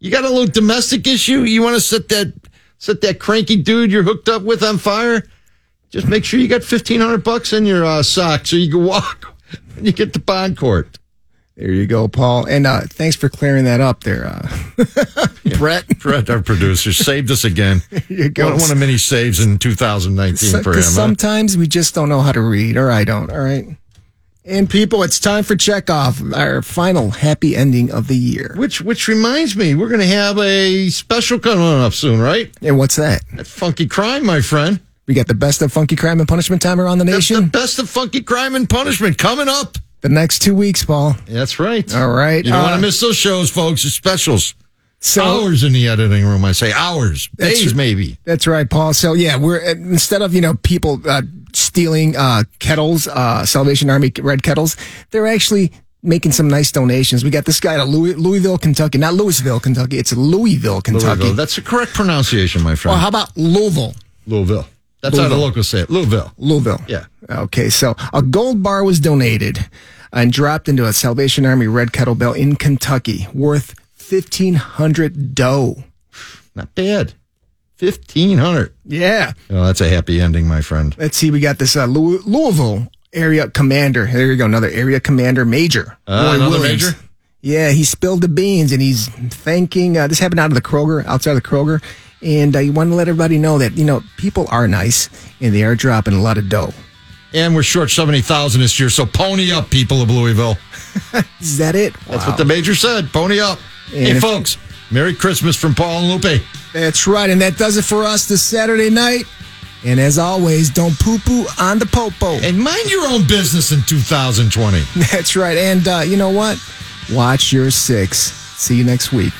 you got a little domestic issue? You want to set that set that cranky dude you're hooked up with on fire? Just make sure you got 1500 bucks in your uh, sock so you can walk <laughs> when you get to bond court. There you go, Paul. And uh, thanks for clearing that up, <laughs> there, uh, Brett. Brett, our producer, saved us <laughs> again. you go. One, one of many saves in 2019 So- for him. 'cause sometimes we just don't know how to read, or I don't. All right. And people, it's time for checkoff, our final happy ending of the year. Which which reminds me, we're going to have a special coming up soon, right? And what's that? That funky crime, my friend. We got the best of funky crime and punishment time around the That's the nation. best of funky crime and punishment coming up. The next two weeks, Paul. That's right. All right. You don't want Uh, to miss those shows, folks. It's specials. So hours in the editing room, I say hours, That's days r- maybe. That's right, Paul. So yeah, we're uh, instead of you know people uh, stealing uh, kettles, uh, Salvation Army red kettles, they're actually making some nice donations. We got this guy to Louis, Louisville, Kentucky, not Louisville, Kentucky. It's Louisville, Kentucky. Louisville. That's the correct pronunciation, my Well, friend. how about Louisville? Louisville. That's how the Louisville. locals say it. Louisville. Louisville. Yeah. Okay, so a gold bar was donated and dropped into a Salvation Army red kettlebell in Kentucky, worth fifteen hundred dough. Not bad. Fifteen hundred. Yeah. Oh, that's a happy ending, my friend. Let's see. We got this uh, Lou- Louisville area commander. There you go. Another area commander major. Uh, Roy another Williams. major? Yeah, he spilled the beans and he's thanking. Uh, this happened out of the Kroger, outside of the Kroger. And uh, you want to let everybody know that, you know, people are nice and they are dropping a lot of dough. And we're short seventy thousand this year, so pony up, people of Louisville. Is that it? That's what the major said. Pony up. hey, if- folks. Merry Christmas from Paul and Lupe. That's right. And that does it for us this Saturday night. And as always, don't poo poo on the popo. <laughs> And mind your own business in 2020. That's right. And uh, you know what? Watch your six. See you next week.